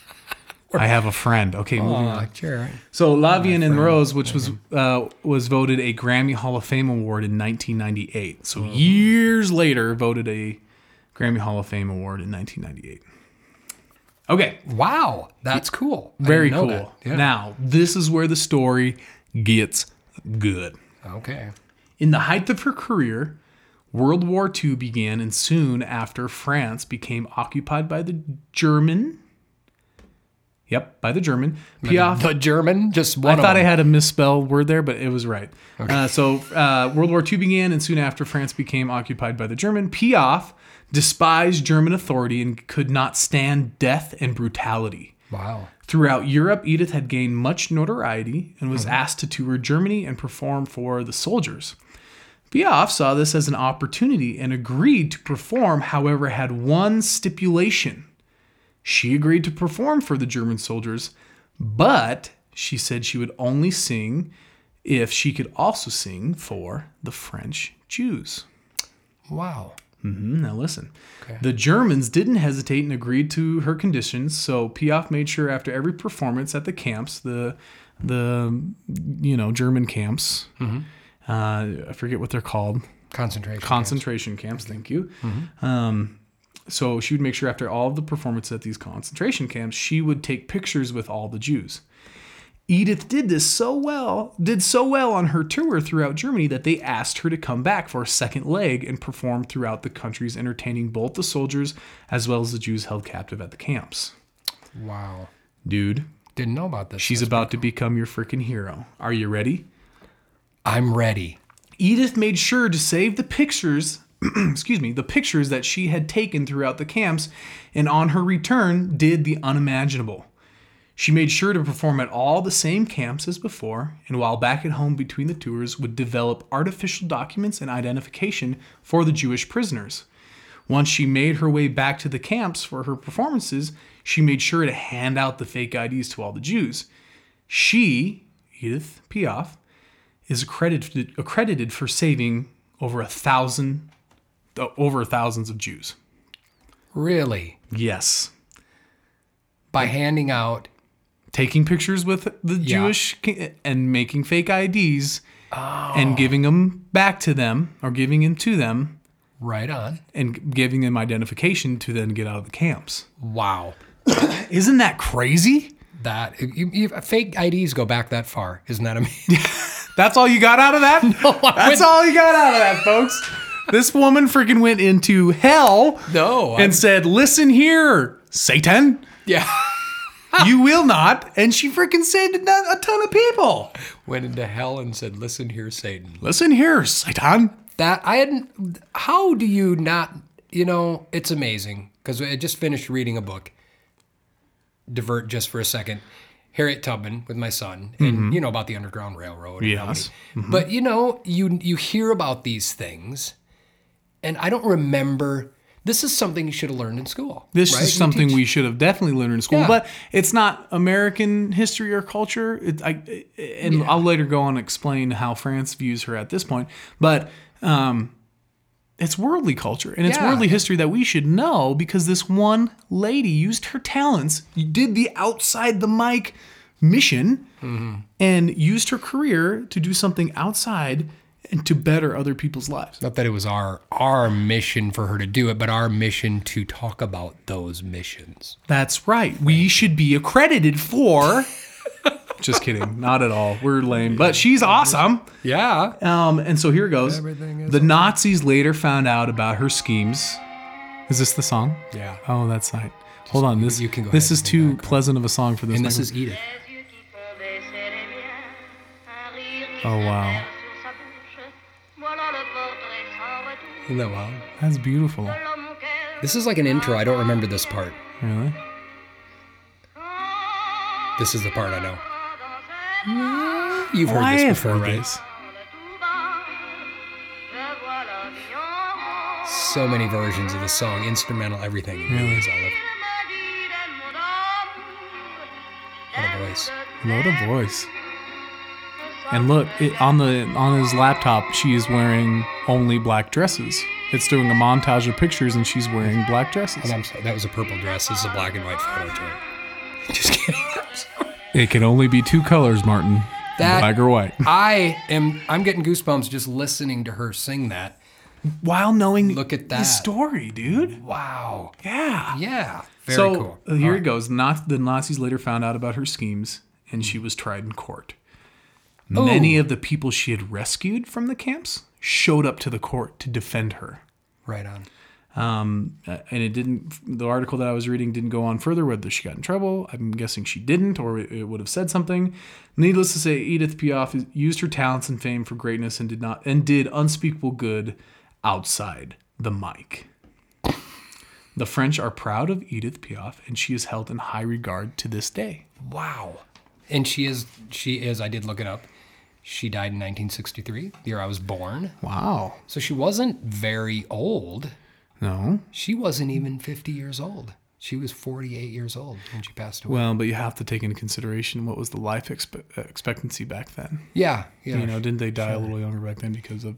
I have a friend. Okay, moving on. Uh, sure. So Lavian and Rose, which was uh, was voted a Grammy Hall of Fame award in 1998. So Mm-hmm. years later, voted a Grammy Hall of Fame award in 1998. Okay, Wow, that's cool. I very didn't cool. know that. Yeah. Now this is where the story gets good. okay. In the height of her career, World War II began, and soon after, France became occupied by the German. Yep, by the German. Piaf The German, just one. I of thought I them. had a misspelled word there, but it was right. Uh, so uh, World War II began, and soon after, France became occupied by the German. Piaf despised German authority and could not stand death and brutality. Wow. Throughout Europe, Edith had gained much notoriety and was asked to tour Germany and perform for the soldiers. Piaf saw this as an opportunity and agreed to perform, however, had one stipulation. She agreed to perform for the German soldiers, but she said she would only sing if she could also sing for the French Jews. Wow. Mm-hmm, Now listen. The Germans didn't hesitate and agreed to her conditions, so Piaf made sure after every performance at the camps, the the you know German camps, uh, I forget what they're called, Concentration. concentration camps. Thank you. Um, so she would make sure after all of the performances at these concentration camps, she would take pictures with all the Jews. Edith did this so well, did so well on her tour throughout Germany that they asked her to come back for a second leg and perform throughout the countries, entertaining both the soldiers as well as the Jews held captive at the camps. Wow. Dude, Didn't know about this. she's about to become your freaking hero. Are you ready? I'm ready. Edith made sure to save the pictures, excuse me, the pictures that she had taken throughout the camps, and on her return did the unimaginable. She made sure to perform at all the same camps as before, and while back at home between the tours, would develop artificial documents and identification for the Jewish prisoners. Once she made her way back to the camps for her performances, she made sure to hand out the fake IDs to all the Jews. She, Edith Piaf, is accredited accredited for saving over a thousand uh, over thousands of Jews. Really? Yes. By handing out. Taking pictures with the Yeah. Jewish ki- and making fake IDs and giving them back to them or giving them to them Right on. and giving them identification to then get out of the camps. Wow. Isn't that crazy? That you, you, fake IDs go back that far, isn't that amazing? That's all you got out of that? That's all you got out of that, folks. This woman freaking went into hell no. and said, "Listen here, Satan." yeah. you will not. And she freaking saved a ton- a ton of people. Went into hell and said, "Listen here, Satan." Listen here, Satan. That I hadn't. How do you not? You know, it's amazing because I just finished reading a book. Divert just for a second. Harriet Tubman with my son, and you know about the Underground Railroad. and how Mm-hmm. Yes. Mm-hmm. many- But you know, you you hear about these things, and I don't remember. This is something you should have learned in school. This right? You is something teach- we should have definitely learned in school, Yeah. but it's not American history or culture. It, I, and I'll later go on and explain how France views her at this point, but um, it's worldly culture and it's Yeah. worldly history that we should know because this one lady used her talents, did the outside the mic mission, Mm-hmm. and used her career to do something outside and to better other people's lives. Not that it was our our mission for her to do it, but our mission to talk about those missions. That's right. We should be accredited for. Just kidding. Not at all. We're lame. But she's awesome. Yeah. Um, and so here goes. Everything is The Nazis later found out about her schemes. Is this the song? Yeah. Oh, that's not. Hold on, this You can go this ahead is and too pleasant of a song for this. And this microphone. is Edith. Oh, wow. Isn't that wild? that's beautiful. This is like an intro. I don't remember this part. Really? This is the part I know. You've heard I this have before, heard right? this. So many versions of this song, instrumental, everything. It really is all of What a voice. What a voice. And look, it, on the on his laptop, she is wearing only black dresses. It's doing a montage of pictures, and she's wearing black dresses. And I'm sorry, that was a purple dress. This is a black and white photo joint. Just kidding. I'm sorry. It can only be two colors, Martin. That- black or white. I am. I'm getting goosebumps just listening to her sing that. While knowing Look at that. his story, dude. Wow. Yeah. Yeah. Very so cool. uh, here All it right. goes. Not the Nazis later found out about her schemes, and she was tried in court. Ooh. Many of the people she had rescued from the camps showed up to the court to defend her. Right on. Um, uh, and it didn't. The article that I was reading didn't go on further whether she got in trouble. I'm guessing she didn't, or it it would have said something. Needless to say, Edith Piaf used her talents and fame for greatness and did not and did unspeakable good outside the mic. The French are proud of Edith Piaf, and she is held in high regard to this day. Wow. And she is. She is. I did look it up. She died in 1963, the year I was born. Wow. So she wasn't very old. No. She wasn't even 50 years old. She was 48 years old when she passed away. Well, but you have to take into consideration what was the life expe- expectancy back then. yeah. Yeah. You know, didn't they die a little younger back then because of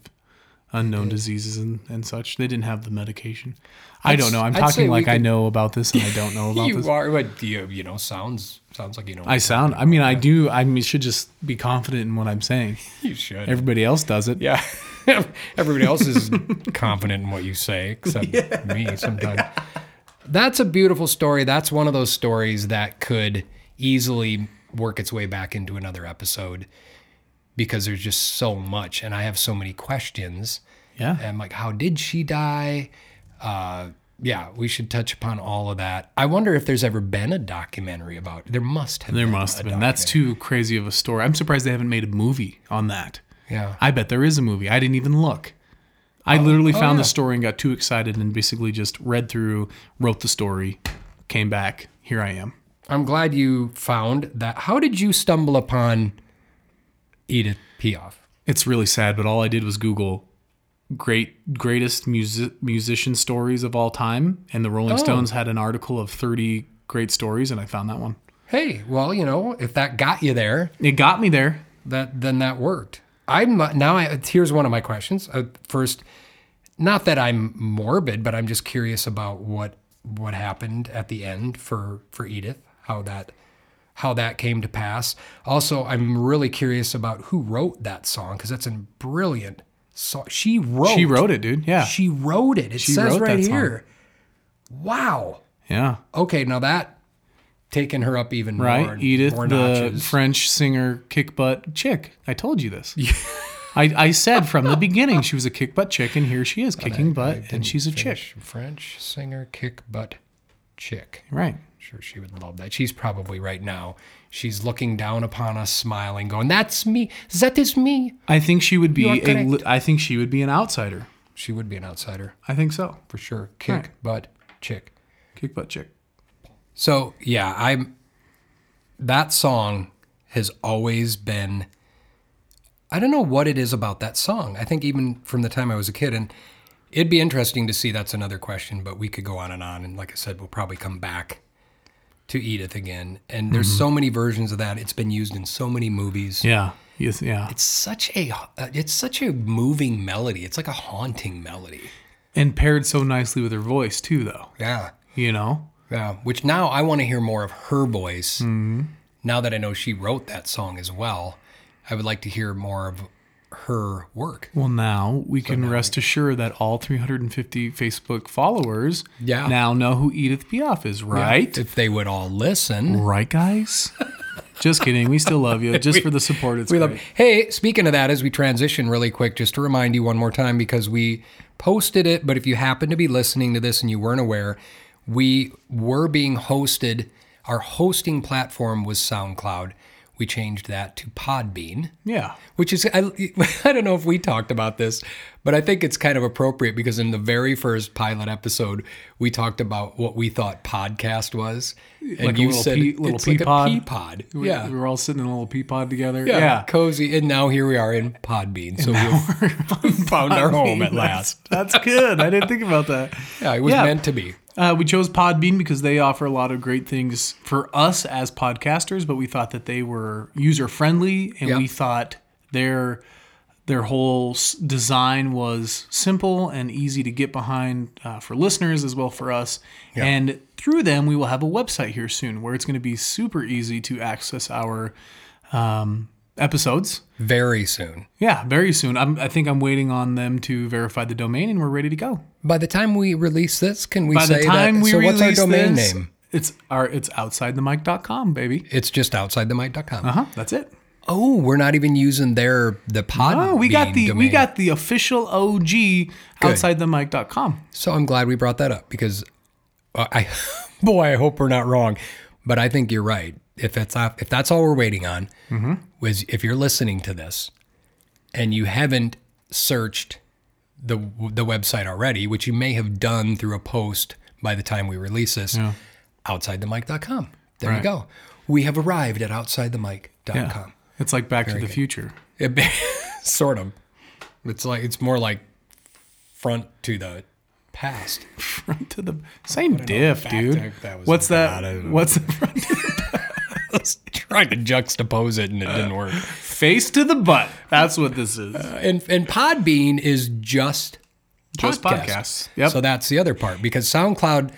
unknown diseases and, and such? They didn't have the medication. I don't know. I'm I'd say talking we like I could- know about this and I don't know about you this. are, but you, you know, sounds sounds like you know. I sound. I mean, I do. I mean, should just be confident in what I'm saying. you should. Everybody else does it. yeah. Everybody else is confident in what you say, except me sometimes. That's a beautiful story. That's one of those stories that could easily work its way back into another episode because there's just so much, and I have so many questions. Yeah. and like how did she die uh yeah we should touch upon all of that i wonder if there's ever been a documentary about there must have There been must a have been. That's documentary. too crazy of a story. I'm surprised they haven't made a movie on that. yeah I bet there is a movie. I didn't even look. I literally found Oh. yeah. the story and got too excited and basically just read through, wrote the story, came back. Here I am. i'm glad you found that how did you stumble upon edith piaf It's really sad, but all I did was Google great greatest music musician stories of all time, and the Oh. Rolling Stones had an article of thirty great stories, and I found that one. hey well you know if that got you there It got me there. that then that worked. I'm not- now. I, here's one of my questions. Uh, first, not that I'm morbid, but I'm just curious about what what happened at the end for for Edith, how that how that came to pass. Also, I'm really curious about who wrote that song because that's a brilliant song. She wrote. She wrote it, dude. Yeah, She wrote it. It She says wrote right that song. here. Wow. yeah, Okay, now that taking her up even right. more. Edith, more the notches. French singer, kick butt chick. I told you this. I, I said from the beginning she was a kick butt chick, and here she is kicking butt, and she's a chick. French, French singer, kick butt chick. Right. Sure, she would love that. She's probably right now. She's looking down upon us, smiling, going, "That's me. That is me." I think she would be You are a. li- correct. I think she would be an outsider. She would be an outsider I think so. for sure. Kick Right. butt chick. Kick butt chick. So yeah, I'm. That song has always been. I don't know what it is about that song. I think even from the time I was a kid, and it'd be interesting to see. That's another question, but we could go on and on. And like I said, we'll probably come back to Edith again. And there's so many versions of that. It's been used in so many movies. Yeah. Yes. Yeah. It's such a uh, it's such a moving melody. It's like a haunting melody. and paired so nicely with her voice too though Yeah. you know Yeah, which now I want to hear more of her voice. Now that I know she wrote that song as well, I would like to hear more of her work. well now we can rest assured that all 350 facebook followers Yeah. now know who edith piaf is right If they would all listen. right guys just kidding we still love you just for the support it's We great. love. Hey, speaking of that, as we transition really quick, just to remind you one more time because we posted it, but if you happen to be listening to this and you weren't aware, we were being hosted. Our hosting platform was SoundCloud. We changed that to Podbean Yeah. which is I, I don't know if we talked about this but i think it's kind of appropriate because in the very first pilot episode we talked about what we thought podcast was and Like a you little said pea- little it's pea pod." like a pea pod We, yeah. we were all sitting in a little pea pod together. yeah Yeah. cozy and now here we are in podbean so we've, Found our home at last. That's good. I didn't think about that. yeah it was Yeah. meant to be Uh, we chose Podbean because they offer a lot of great things for us as podcasters, but we thought that they were user friendly, and Yeah. we thought their their whole s- design was simple and easy to get behind uh, for listeners as well for us. And through them, we will have a website here soon where it's going to be super easy to access our um, episodes. very soon Yeah, very soon. I'm, I think I'm waiting on them to verify the domain, and we're ready to go. by the time we release this can we By say the time that we so release what's our domain this, name It's our it's outsidethemic.com, baby. it's just outside the mic.com. Uh-huh. That's it. Oh, we're not even using their the pod. Oh, we got the we got the official OG outsidethemic.com. So I'm glad we brought that up because uh, I, boy, I hope we're not wrong, but I think you're right. If that's not, if that's all we're waiting on, was if you're listening to this and you haven't searched the the website already, which you may have done through a post by the time we release this, outsidethemic.com. There you Right. go. We have arrived at outsidethemic.com. Yeah. It's like Back to the Future. It be- sort of. It's like it's more like front to the past. Front to the same diff, back dude. deck, that was What's bad. I that? don't know. What's the front? was trying to juxtapose it and it didn't work. face to the butt? That's what this is. Uh, And and Podbean is just Just podcast. podcasts. Yep. So that's the other part because SoundCloud,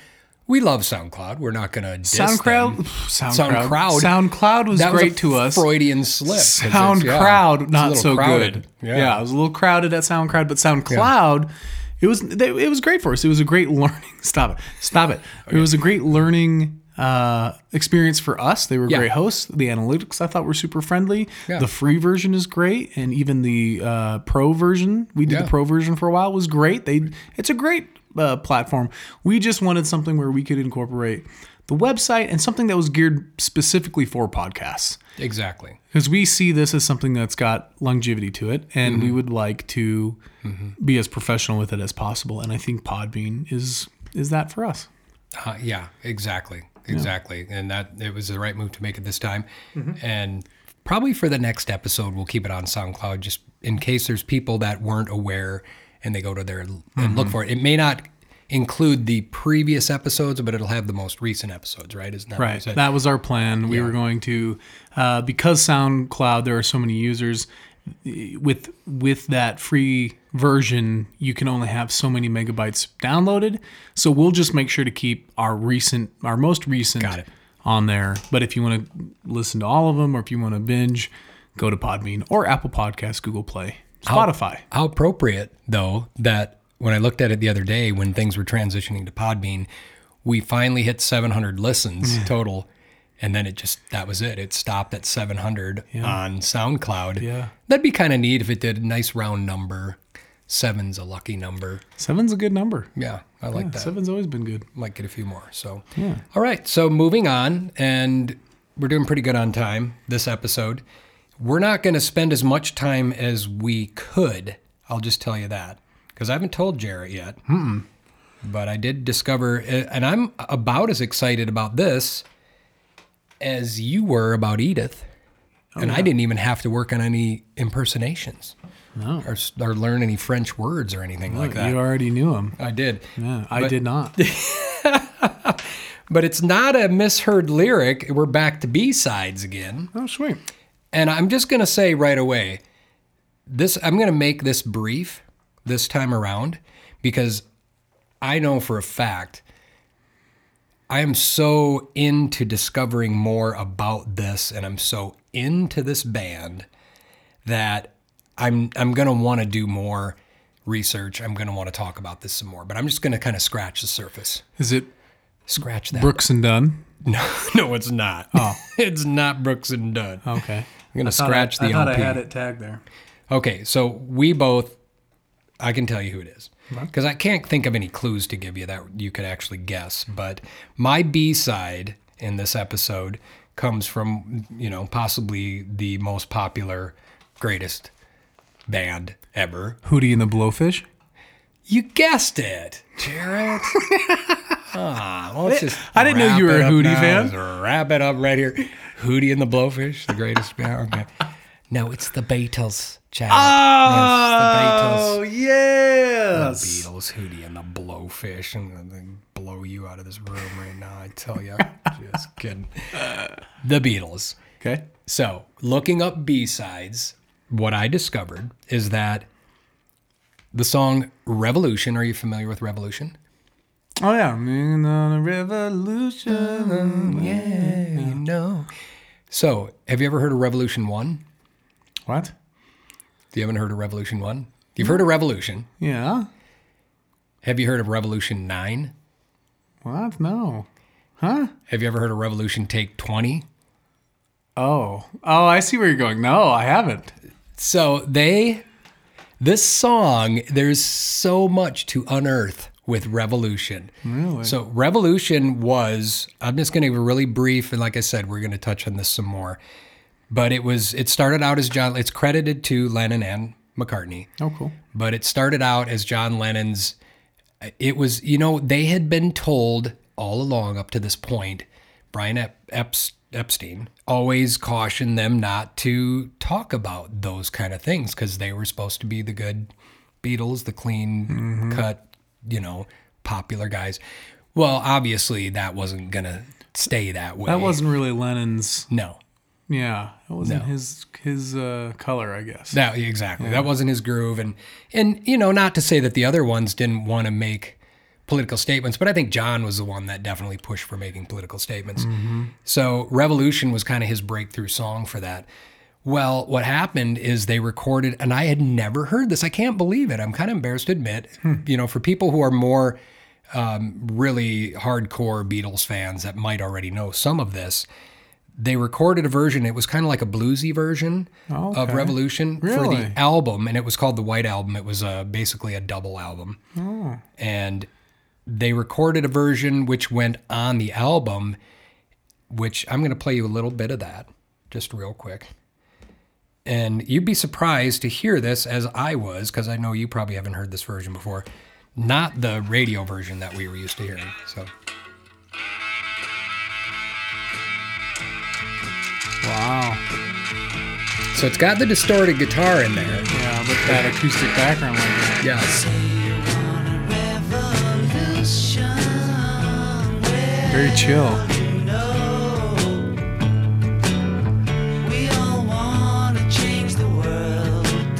we love SoundCloud. We're not gonna diss SoundCloud, them. SoundCloud, SoundCloud. SoundCloud was That was great a to us. Freudian slip. 'cause it's- SoundCloud, yeah, it's a not little so crowded. good. Yeah. Yeah. it was a little crowded at SoundCloud, but SoundCloud, it was they, it was great for us. It was a great learning. Stop it, stop it. It was a great learning uh, experience for us. They were Yeah. great hosts. The analytics I thought were super friendly. Yeah. The free version is great, and even the uh, pro version, we did Yeah. the pro version for a while, was great. They it's a great uh, platform. We just wanted something where we could incorporate. The website and something that was geared specifically for podcasts Exactly. because we see this as something that's got longevity to it, and we would like to be as professional with it as possible. And I think Podbean is is that for us. Uh, yeah, exactly, exactly, and that it was the right move to make it this time, and probably for the next episode we'll keep it on SoundCloud just in case there's people that weren't aware and they go to their and look for it. It may not include the previous episodes, but it'll have the most recent episodes, right? Isn't that what you Right, said? that was our plan. We were going to uh, because SoundCloud there are so many users. eh, With with that free version, you can only have so many megabytes downloaded. So we'll just make sure to keep our recent, our most recent, Got it. on there. But if you want to listen to all of them, or if you want to binge, go to Podbean or Apple Podcasts, Google Play, Spotify. How appropriate, though, that when I looked at it the other day when things were transitioning to Podbean, we finally hit 700 listens total. And then it just, that was it. It stopped at 700 on SoundCloud. Yeah. That'd be kind of neat if it did a nice round number. Seven's a lucky number. Seven's a good number. Yeah, I like that. Seven's always been good. Might get a few more. So, all right. So, moving on, and we're doing pretty good on time this episode. We're not going to spend as much time as we could. I'll just tell you that because I haven't told Jarrett yet. But I did discover, eh, and I'm about as excited about this as you were about Edith. Oh, and I didn't even have to work on any impersonations No. or, s- or learn any French words or anything like that. You already knew him. I did. Yeah, I But- did not. But it's not a misheard lyric. We're back to B sides again. oh, sweet. And I'm just going to say right away this, I'm going to make this brief this time around because I know for a fact I am so into discovering more about this and I'm so into this band that I'm I'm going to want to do more research. I'm going to want to talk about this some more, but I'm just going to kind of scratch the surface. Is it Scratch that. Brooks and Dunn? No, no, it's not. Oh. it's not Brooks and Dunn. Okay. I'm gonna scratch the I thought LP. I had it tagged there. Okay, so we both I can tell you who it is because I can't think of any clues to give you that you could actually guess. But my B side in this episode comes from you know possibly the most popular, greatest band ever. Hootie and the Blowfish. You guessed it, Jared. Ah, well, let's just I didn't know wrap you were a it up Hootie now. fan. Let's wrap it up right here. Hootie and the Blowfish, the greatest band. Okay. No, it's the Beatles, Jared. Oh, yes. the Beatles. Beatles, Hootie and the Blowfish, and they blow you out of this room right now. I tell you, just kidding. The Beatles. Okay. So, looking up B sides, what I discovered is that the song Revolution, are you familiar with Revolution? Oh yeah, I'm on a revolution. You know. So, have you ever heard of Revolution 1? What? You haven't heard of Revolution 1? You've heard of Revolution. Yeah. Have you heard of Revolution 9? What? No. Have you ever heard of Revolution Take 20? Oh. Oh, I see where you're going. No, I haven't. So they, this song, there's so much to unearth with Revolution. Really? So Revolution was, I'm just going to give a really brief, and like I said, we're going to touch on this some more. But it was, it started out as John, it's credited to Lennon and McCartney, Oh, cool. but it started out as John Lennon's. uh, It was, you know, they had been told all along up to this point, Brian Ep- Eps- Epstein always cautioned them not to talk about those kind of things because they were supposed to be the good Beatles, the clean cut, you know, popular guys. Well, obviously, that wasn't going to stay that way. That wasn't really Lennon's. No. Yeah, that wasn't his his uh, color, I guess. That exactly. That wasn't his groove, and and you know, not to say that the other ones didn't want to make political statements, but I think John was the one that definitely pushed for making political statements. So Revolution was kind of his breakthrough song for that. Well, what happened is they recorded, and I had never heard this. I can't believe it. I'm kind of embarrassed to admit. Hmm. You know, for people who are more um, really hardcore Beatles fans that might already know some of this, they recorded a version. It was kind of like a bluesy version of Okay. Revolution for Really? the album, and it was called the White Album. It was uh, basically a double album, Oh. and they recorded a version which went on the album. Which I'm going to play you a little bit of that, just real quick. And you'd be surprised to hear this as I was, because I know you probably haven't heard this version before. Not the radio version that we were used to hearing. So, Wow. so it's got the distorted guitar in there. Yeah, but that acoustic background like that. Yes. Very chill. We all want to change the world.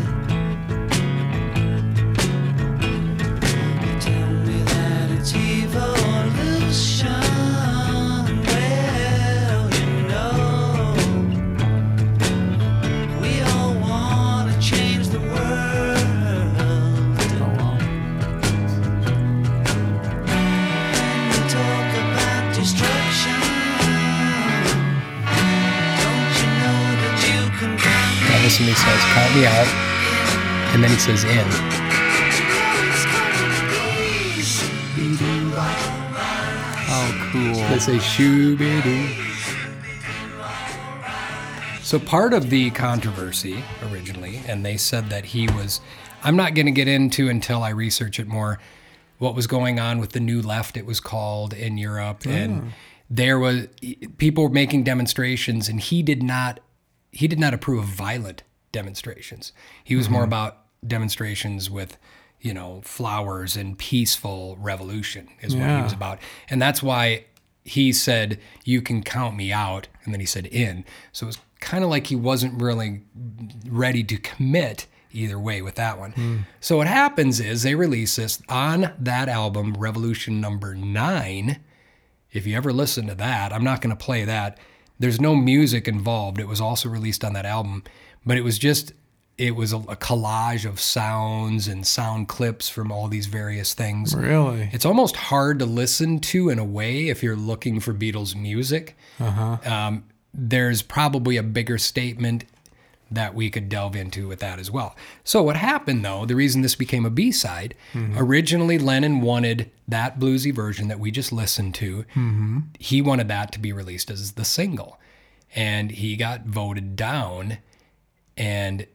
You tell me that it's evolution. Well, you know, we all want to change the world. We talk about destruction. Don't you know that you can come? Now listen, he says, "Count me out," and then he says, "In." Oh, cool. They say, "Shoo-be-doo." So part of the controversy originally, and they said that he was. I'm not going to get into until I research it more. What was going on with the new left? It was called in Europe, and there was e, people were making demonstrations, and he did not he did not approve of violent demonstrations. He was more about demonstrations with, you know, flowers and peaceful revolution is what he Yeah. was about. And that's why he said, You can count me out. And then he said, In. So it was kind of like he wasn't really ready to commit either way with that one. So what happens is they release this on that album, Revolution number nine. If you ever listen to that, I'm not going to play that. There's no music involved. It was also released on that album, but it was just it was a, a collage of sounds and sound clips from all these various things. Really? It's almost hard to listen to in a way if you're looking for Beatles music. Um, there's probably a bigger statement that we could delve into with that as well. So, what happened though, the reason this became a B side, originally Lennon wanted that bluesy version that we just listened to, he wanted that to be released as the single. And he got voted down. And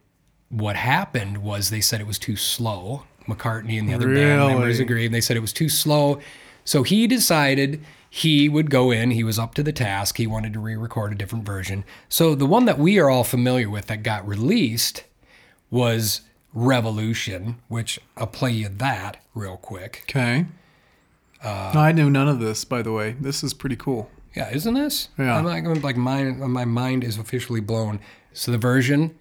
what happened was they said it was too slow. McCartney and the other band members Really? agreed. And they said it was too slow. So he decided he would go in. He was up to the task. He wanted to re record a different version. So the one that we are all familiar with that got released was Revolution, which I'll play you that real quick. Okay. no, I know none of this, by the way. This is pretty cool. Yeah, isn't this? Yeah. I'm like, I'm like my, my mind is officially blown. So the version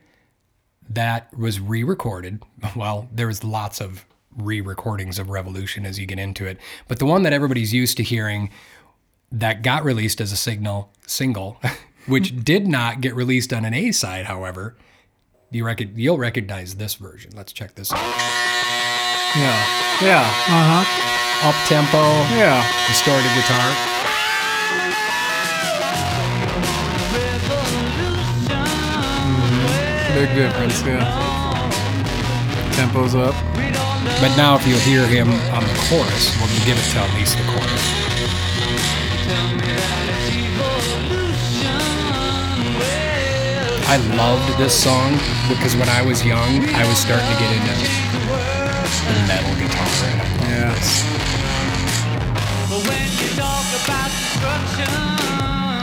that was re-recorded, well, there was lots of re-recordings of Revolution as you get into it, but the one that everybody's used to hearing that got released as a signal single, which did not get released on an A side, however, you rec- you'll recognize this version. Let's check this out. Yeah. Yeah. Oh, Up tempo, Yeah. distorted guitar. Big difference. Yeah. Tempo's up. But now if you hear him on the chorus, well, you give it to at least the chorus. I loved this song because when I was young, I was starting to get into the metal guitar. And I loved Yeah. this. But when you talk about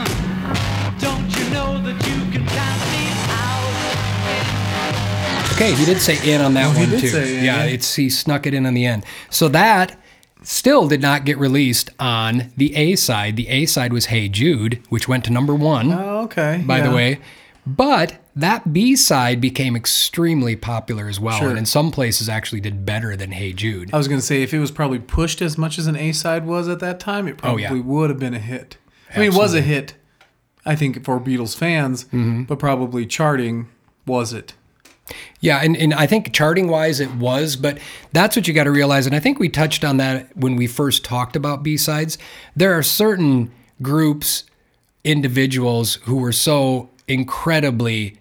destruction, don't you know that you can count me out? Okay, he did say in on that Oh, he one did too. say in, yeah, yeah. it's he snuck it in on the end. So that still did not get released on the A side. The A side was Hey Jude, which went to number one. Oh, okay. by the Yeah. way. But that B side became extremely popular as well, Sure. and in some places actually did better than Hey Jude. I was going to say, if it was probably pushed as much as an A side was at that time, it Oh, probably yeah. would have been a hit. I mean, it was a hit, I think, for Beatles fans, but probably charting was it. Yeah, and, and I think charting wise it was, but that's what you got to realize. And I think we touched on that when we first talked about B sides. There are certain groups, individuals who were so incredibly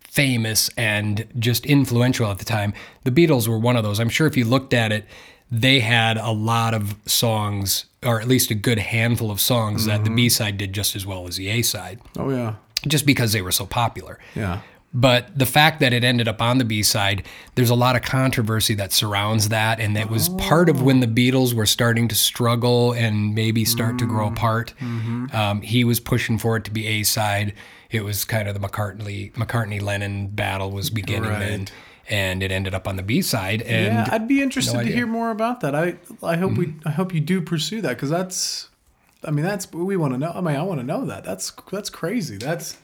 famous and just influential at the time. The Beatles were one of those. I'm sure if you looked at it, they had a lot of songs, or at least a good handful of songs that the B side did just as well as the A side, Oh, yeah. just because they were so popular. Yeah. But the fact that it ended up on the B side, there's a lot of controversy that surrounds that. And that was part of when the Beatles were starting to struggle and maybe start to grow apart. Mm-hmm. Um, he was pushing for it to be A side. It was kind of the McCartney McCartney Lennon battle was beginning then. Right. And it ended up on the B side. And yeah, I'd be interested to idea. Mm-hmm. hear more about that. I I hope we I hope you do pursue that because that's, I mean that's we want to know. I mean I want to know that. That's that's crazy. That's,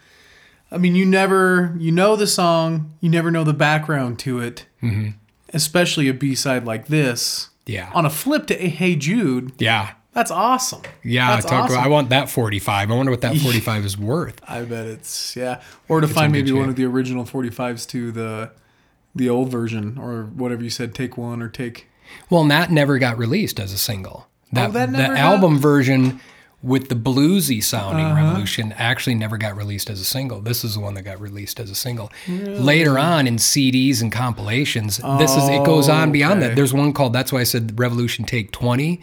I mean you never you know the song, you never know the background to it, especially a B side like this. Mm-hmm. Yeah. On a flip to Hey Jude, yeah. that's awesome. Yeah, that's talk about, I awesome. want that 45. I wonder what that 45 is worth. I bet it's yeah. Or to find in maybe good one shape. of the original 45s to the the old version or whatever you said, take one or take. Well, and that never got released as a single. That, Oh, that never the got- album version with the bluesy sounding Uh-huh. revolution actually never got released as a single. This is the one that got released as a single. Later on in CDs and compilations, this is it goes on beyond that. okay. There's one called that's why I said Revolution Take 20.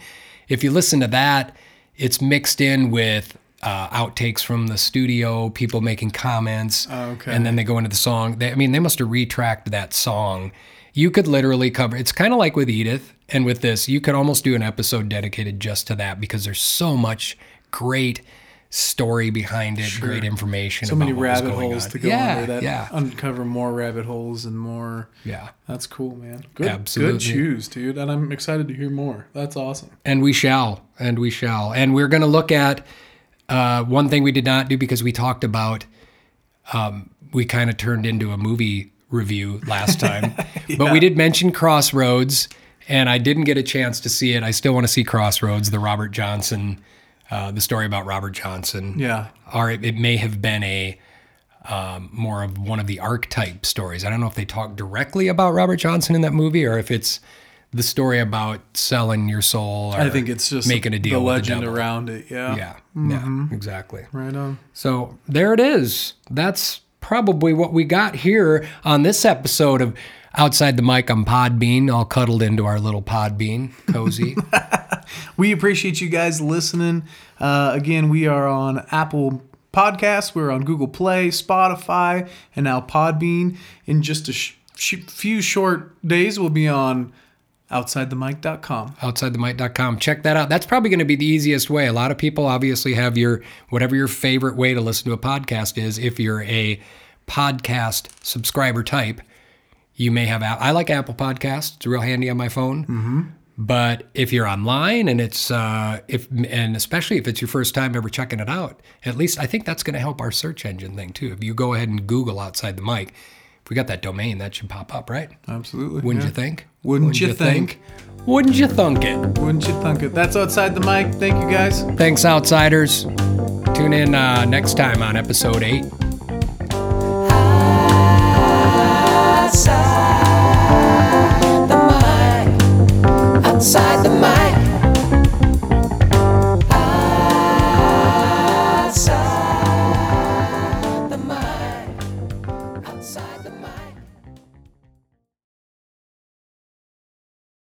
If you listen to that, it's mixed in with uh, outtakes from the studio, people making comments, Okay. and then they go into the song. They, I mean, they must have retracked that song. You could literally cover. It's kind of like with Edith and with this. You could almost do an episode dedicated just to that because there's so much great story behind it, great information. so many about what was rabbit going holes on. to go yeah, under that Yeah, uncover more rabbit holes and more yeah. that's cool man good Absolutely. good choose dude and i'm excited to hear more that's awesome And we shall. And we shall. And we're going to look at uh, one thing we did not do because we talked about, um, we kind of turned into a movie review last time. But we did mention Crossroads, and I didn't get a chance to see it. I still want to see Crossroads, the Robert Johnson, uh, the story about Robert Johnson. yeah Or it, it may have been a. Um, more of one of the archetype stories. I don't know if they talk directly about Robert Johnson in that movie, or if it's the story about selling your soul. Or i think it's just making a deal the with legend Mm-hmm. devil. around it yeah Yeah, yeah, exactly. right on So there it is. That's probably what we got here on this episode of Outside the Mic on Podbean, all cuddled into our little Podbean, cozy. We appreciate you guys listening. Uh, again, we are on Apple Podcasts, we're on Google Play, Spotify, and now Podbean. In just a sh- sh- few short days, we'll be on OutsideTheMic.com. OutsideTheMic.com. Check that out. That's probably going to be the easiest way. A lot of people obviously have your whatever your favorite way to listen to a podcast is. If you're a podcast subscriber type, you may have. a- I like Apple Podcasts. It's real handy on my phone. Mm-hmm. But if you're online and it's uh, if and especially if it's your first time ever checking it out, at least I think that's going to help our search engine thing too. If you go ahead and Google outside the mic, if we got that domain, that should pop up, right? Absolutely. Wouldn't yeah. you think? Wouldn't you think? Wouldn't you thunk it? Wouldn't you thunk it? That's Outside the Mic. Thank you guys. Thanks, outsiders. Tune in uh, next time on episode eight.